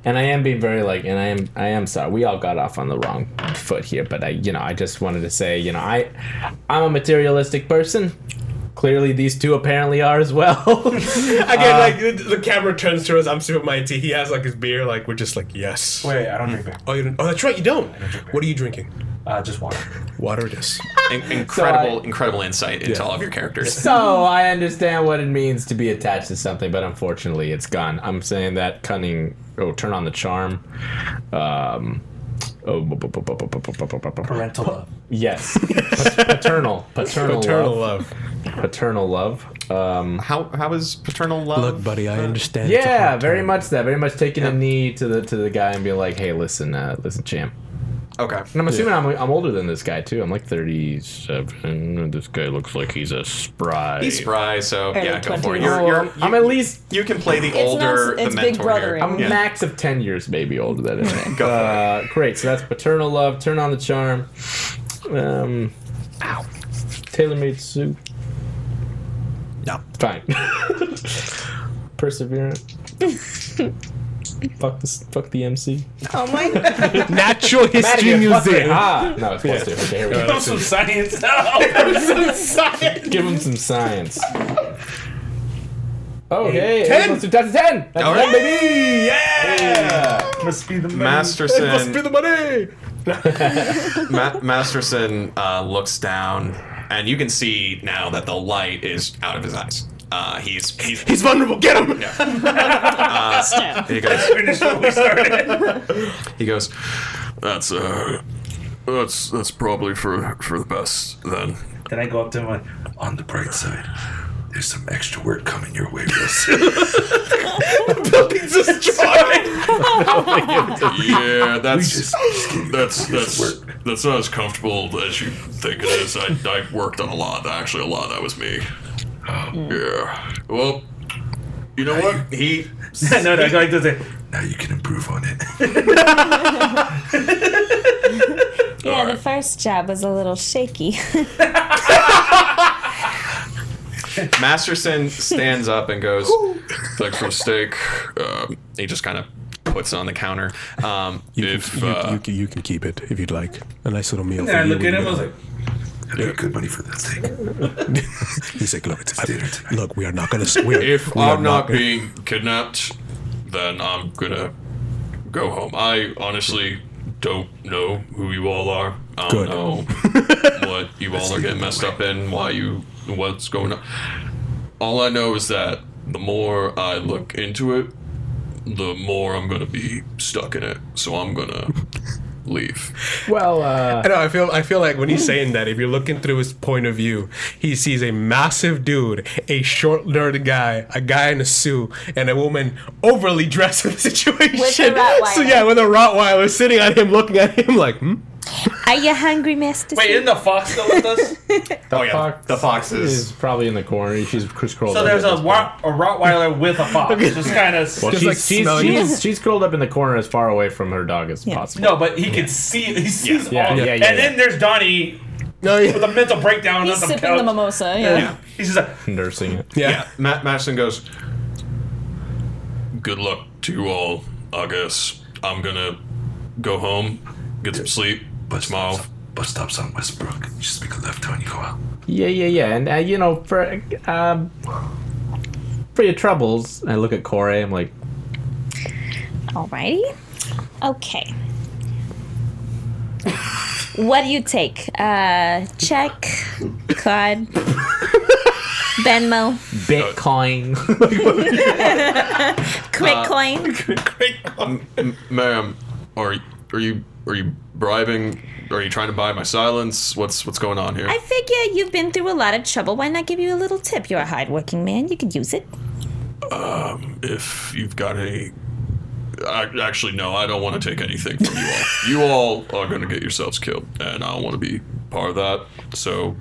D: and I am being very like, and I am, I am sorry. We all got off on the wrong foot here, but I, you know, I just wanted to say, you know, I, I'm a materialistic person. Clearly, these two apparently are as well. uh,
H: Again, like the, the camera turns to us. I'm super mighty. He has like his beer. Like we're just like yes.
E: Wait, I don't drink beer.
H: Oh, you don't, oh, that's right. You don't. What are you drinking?
E: Uh, just water.
H: Water it is.
A: In- incredible,
D: So
A: incredible insight into all of your characters.
D: so I understand what it means to be attached to something, but unfortunately, it's gone. I'm saying that cunning. Oh, turn on the charm. Um, oh, bu- bu- bu- bu- bu- bu- bu- bu- bu- bu- bu-
E: Parental love.
D: yes, Pat- paternal, paternal,
H: Eternal
D: love.
H: love.
D: paternal love. Um,
A: How how is paternal love?
H: buddy, I understand.
D: Yeah, very much that. Very much taking a knee to the to the guy and being like, "Hey, listen, uh, listen, champ."
A: okay.
D: And I'm assuming I'm I'm older than this guy too. I'm like 37. and This guy looks like he's a spry.
A: He's spry, so
C: Early
A: yeah, go for it.
C: 20s.
A: You're,
D: Oh,
A: you're,
D: I'm- I'm at least
A: you can play the
C: It's not-
A: older,
C: it's
A: the mentor
C: big
A: here.
C: brothering.
D: I'm
A: Yeah.
D: max of 10 years maybe older than him.
A: Go for it.
D: uh, great. So that's paternal love. Turn on the charm. Um, ow. Tailor-made suit.
A: No.
D: Fine. Perseverant. fuck this. Fuck the MC.
C: Oh my god.
H: Natural history museum.
D: Ah, no, it's plus two. Okay, here we go.
E: Throw some science. No.
D: Give him some science. Oh, hey,
H: Ten.
D: Let's do that's a ten. That's
A: All
D: a
A: right.
D: ten, baby. Yeah.
E: Must be the man.
A: Masterson.
H: Must be the money.
A: Ma- Masterson uh, looks down, and you can see now that the light is out of his eyes. Uh, he's he's
H: He's vulnerable. Get him.
A: he goes
E: Finish what we started.
A: he goes.
F: That's uh, that's that's probably for for the best then.
E: Then I go up to him like,
F: On the bright side, there's some extra work coming your way real soon.
A: Yeah, that's
F: just, just give you
K: That's
F: a couple years
K: that's
F: of work.
K: that's not as comfortable as you think it is. I I worked on a lot. Actually, a lot. That was me.
E: Hmm.
K: Yeah. Well, you know what?
A: he.
E: no, no, I go like this. like,
F: Now you can improve on it.
C: Yeah, the first job was a little shaky.
A: Masterson stands up and goes,
F: Thanks for the steak. Um,
A: he just kind of puts it on the counter. Um,
F: if
E: You,
F: uh,
E: you, can- you can keep it if you'd like. A nice little meal.
J: And I
E: for you
J: look
E: when
J: at him,
E: you
J: I was
E: go.
J: like,
L: I paid good money for that steak.
E: He's like, look, I-
L: dinner tonight.
E: look, we are not gonna. We're,
F: if
E: we are
F: I'm not
E: gonna-
F: being kidnapped, then I'm gonna go home. I honestly don't know who you all are. I don't
E: Good.
F: know what you all are getting messed up in, why you, what's going on. All I know is that the more I look into it, the more I'm gonna be stuck in it. So I'm gonna leave.
D: Well, uh,
H: I know. I feel. I feel like when he's saying that, if you're looking through his point of view, he sees a massive dude, a short, nerd guy, a guy in a suit, and a woman overly dressed for the situation.
M: Rottweiler.
H: So yeah, with a Rottweiler sitting at him, looking at him like, hmm?
C: Are you hungry, Master?
J: wait, isn't the fox still with us?
A: oh yeah, the fox
D: is
A: is.
D: probably in the corner. She's Chris curled
J: So
D: up.
J: there's
D: at
J: a,
D: this point.
J: wa- a Rottweiler with a fox. Just kind of.
D: Well, she's,
H: like
D: she's,
H: smelling
D: she's, she's curled up in the corner as far away from her dog as
M: Yeah.
D: possible.
J: No, but he can see. He sees
D: Yeah,
J: all.
D: yeah, yeah,
J: and
D: yeah.
J: then there's Donnie
H: No,
J: with a mental breakdown
M: He's
J: on the
M: sipping
J: couch.
M: the mimosa. Yeah.
J: He's just like,
D: Nursing it.
A: Yeah, Ma- Masterson goes.
F: good luck to you all. I guess I'm gonna go home, get some sleep.
L: Bus
F: Tomorrow.
L: stops. Bus stops on Westbrook. You just make a left turn. You go out.
D: Yeah, yeah, yeah. And, uh, you know, for um, for your troubles, I look at Corey. I'm like,
C: Alrighty. Okay. What do you take? Uh, check, card, Venmo,
D: Bitcoin.
C: quick coin.
F: Ma'am, are are you are you bribing? Are you trying to buy my silence? What's what's going on here?
C: I figure you've been through a lot of trouble. Why not give you a little tip? You're a hardworking man. You could use it.
F: if you've got any. I, actually, no, I don't want to take anything from you all. you all are going to get yourselves killed, and I don't want to be part of that. So,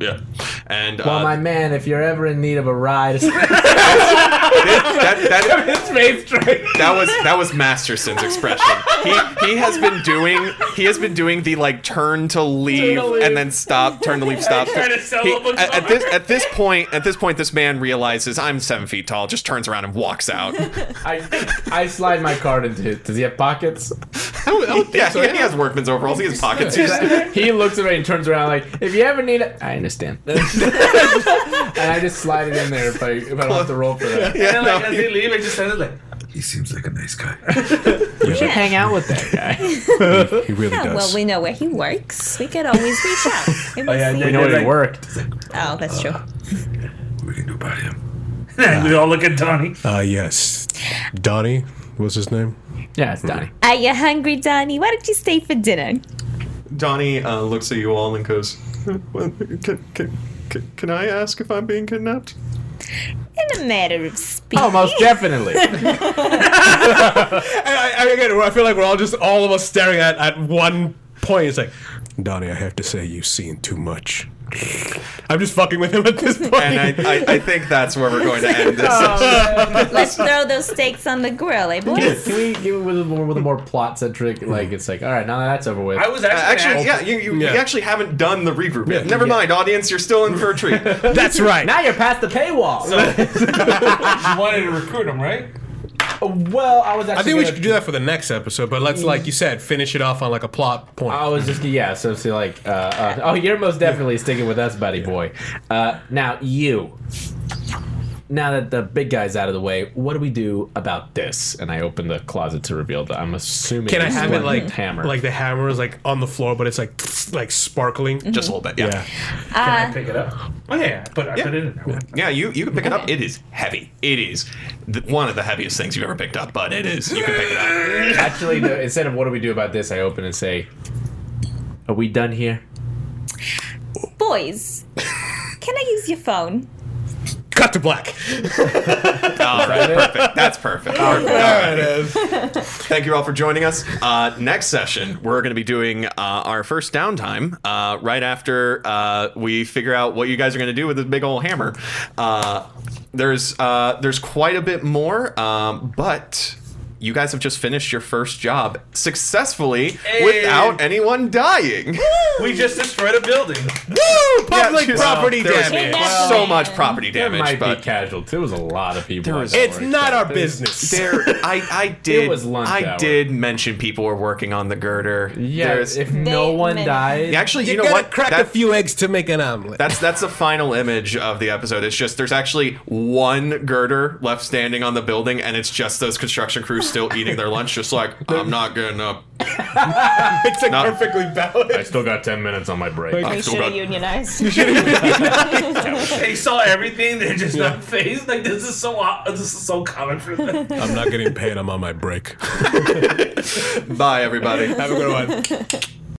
F: yeah.
A: And uh,
D: well, Oh, my man, if you're ever in need of a ride,
A: that, that, that was that was Masterson's expression. He he has been doing he has been doing the like turn to leave, and then stop, turn to leave, stop.
J: trying to sell
A: He-
J: him a
A: at, at this at this point at this point this man realizes I'm seven feet tall, just turns around and walks out. Oh,
D: I, I slide my card into his. Does he have pockets?
A: oh, yeah, he- he has workman's overalls, he has pockets. He's-
D: He looks at me and turns around like, if you ever need it, I understand. and I just slide it in there if I, if I don't have to roll for that.
J: and then, like,
A: no,
J: as he leaves, I just sounded like,
L: He seems like a nice guy.
D: Hang out with that guy.
E: He really
C: Yeah,
E: does.
C: well, we know where he works. We could always reach out. It
J: oh
C: was-
J: yeah,
D: You
J: they
D: know what?
J: know
D: It Uh.
J: like, work.
D: worked.
C: oh, that's true.
L: What we can do about him?
J: we all look at Donnie.
H: Ah,
E: uh, yes. Donnie was his name.
D: Yeah, it's Donnie.
C: Are you hungry, Donnie? Why don't you stay for dinner?
A: Donnie uh, looks at you all and goes, well, can, can, can, can I ask if I'm being kidnapped?
C: In a matter of speaking.
D: Oh, most definitely.
H: I, I, again, I feel like we're all just all of us staring at at one point. It's like
E: Donnie, I have to say, you've seen too much.
H: I'm just fucking with him at this point.
A: And I, I, I think that's where we're going to end this.
C: Let's throw those steaks on the grill, eh, boys?
D: Can we give it with a more, with a more plot centric? Like, it's like, all right, now that's over with.
J: I was
A: Uh,
J: actually,
A: actually,
J: gonna
A: yeah, you, you, you actually haven't done the regroup yet. Never mind, audience, you're still in for a treat.
H: That's right.
D: now you're past the paywall.
J: ask- you wanted to recruit him, right?
D: well, I was actually.
H: I think we
D: gonna-
H: should do that for the next episode, but let's, like you said, finish it off on like a plot point.
D: I was just yeah. So it's like, uh, uh, oh, you're most definitely sticking with us, buddy boy. Uh, now you. Now that the big guy's out of the way, what do we do about this? And I open the closet to reveal that I'm assuming.
H: Can I
D: it's
H: have it
D: Splendid
H: like
D: hammer?
H: Like the hammer is like on the floor, but it's like like sparkling.
A: Just a little bit, yeah.
J: I pick it up. Oh yeah, but I put it in there.
A: Yeah, you, you can pick it up. It is heavy. It is th- one of the heaviest things you've ever picked up, but it is. You can pick it up.
D: actually, the, instead of what do we do about this, I open and say, "Are we done here?"
C: Boys, can I use your phone?
H: Cut to black.
A: All right, perfect. That's perfect. Perfect. All right. Thank you all for joining us. Uh, next session, we're going to be doing uh, our first downtime uh, right after uh, we figure out what you guys are going to do with this big old hammer. Uh, there's uh, there's quite a bit more, um, but you guys have just finished your first job successfully without anyone dying.
E: We just destroyed a building.
A: Woo! Public
E: just-
A: property
E: Wow, there was-
A: damage.
C: Wow.
A: So much property
D: There
A: damage,
D: might be
A: but
D: casualties. It was a lot of people.
A: There was-
D: that
H: It's
D: were
H: not our
D: affected.
H: business.
A: there I, I did
D: was lunch
A: I
D: hour.
A: did mention people were working on the girder.
D: Yeah,
A: There's-
D: if no one
C: meant-
D: dies,
A: actually, you,
H: You,
A: know
H: gotta
A: what?
H: crack
A: That-
H: a few eggs to make an omelet.
A: That's that's the final image of the episode. It's just there's actually one girder left standing on the building, and it's just those construction crews still eating their lunch, just like I'm not getting up.
H: it's like
A: No.
H: perfectly balanced.
K: I still got 10 minutes on my break.
C: We
A: still
C: should have
A: got-
C: unionized.
E: They saw everything. They're just not phased. Like this is so o- this is so common for them.
G: I'm not getting paid. I'm on my break.
A: Bye, everybody.
G: Have a good one.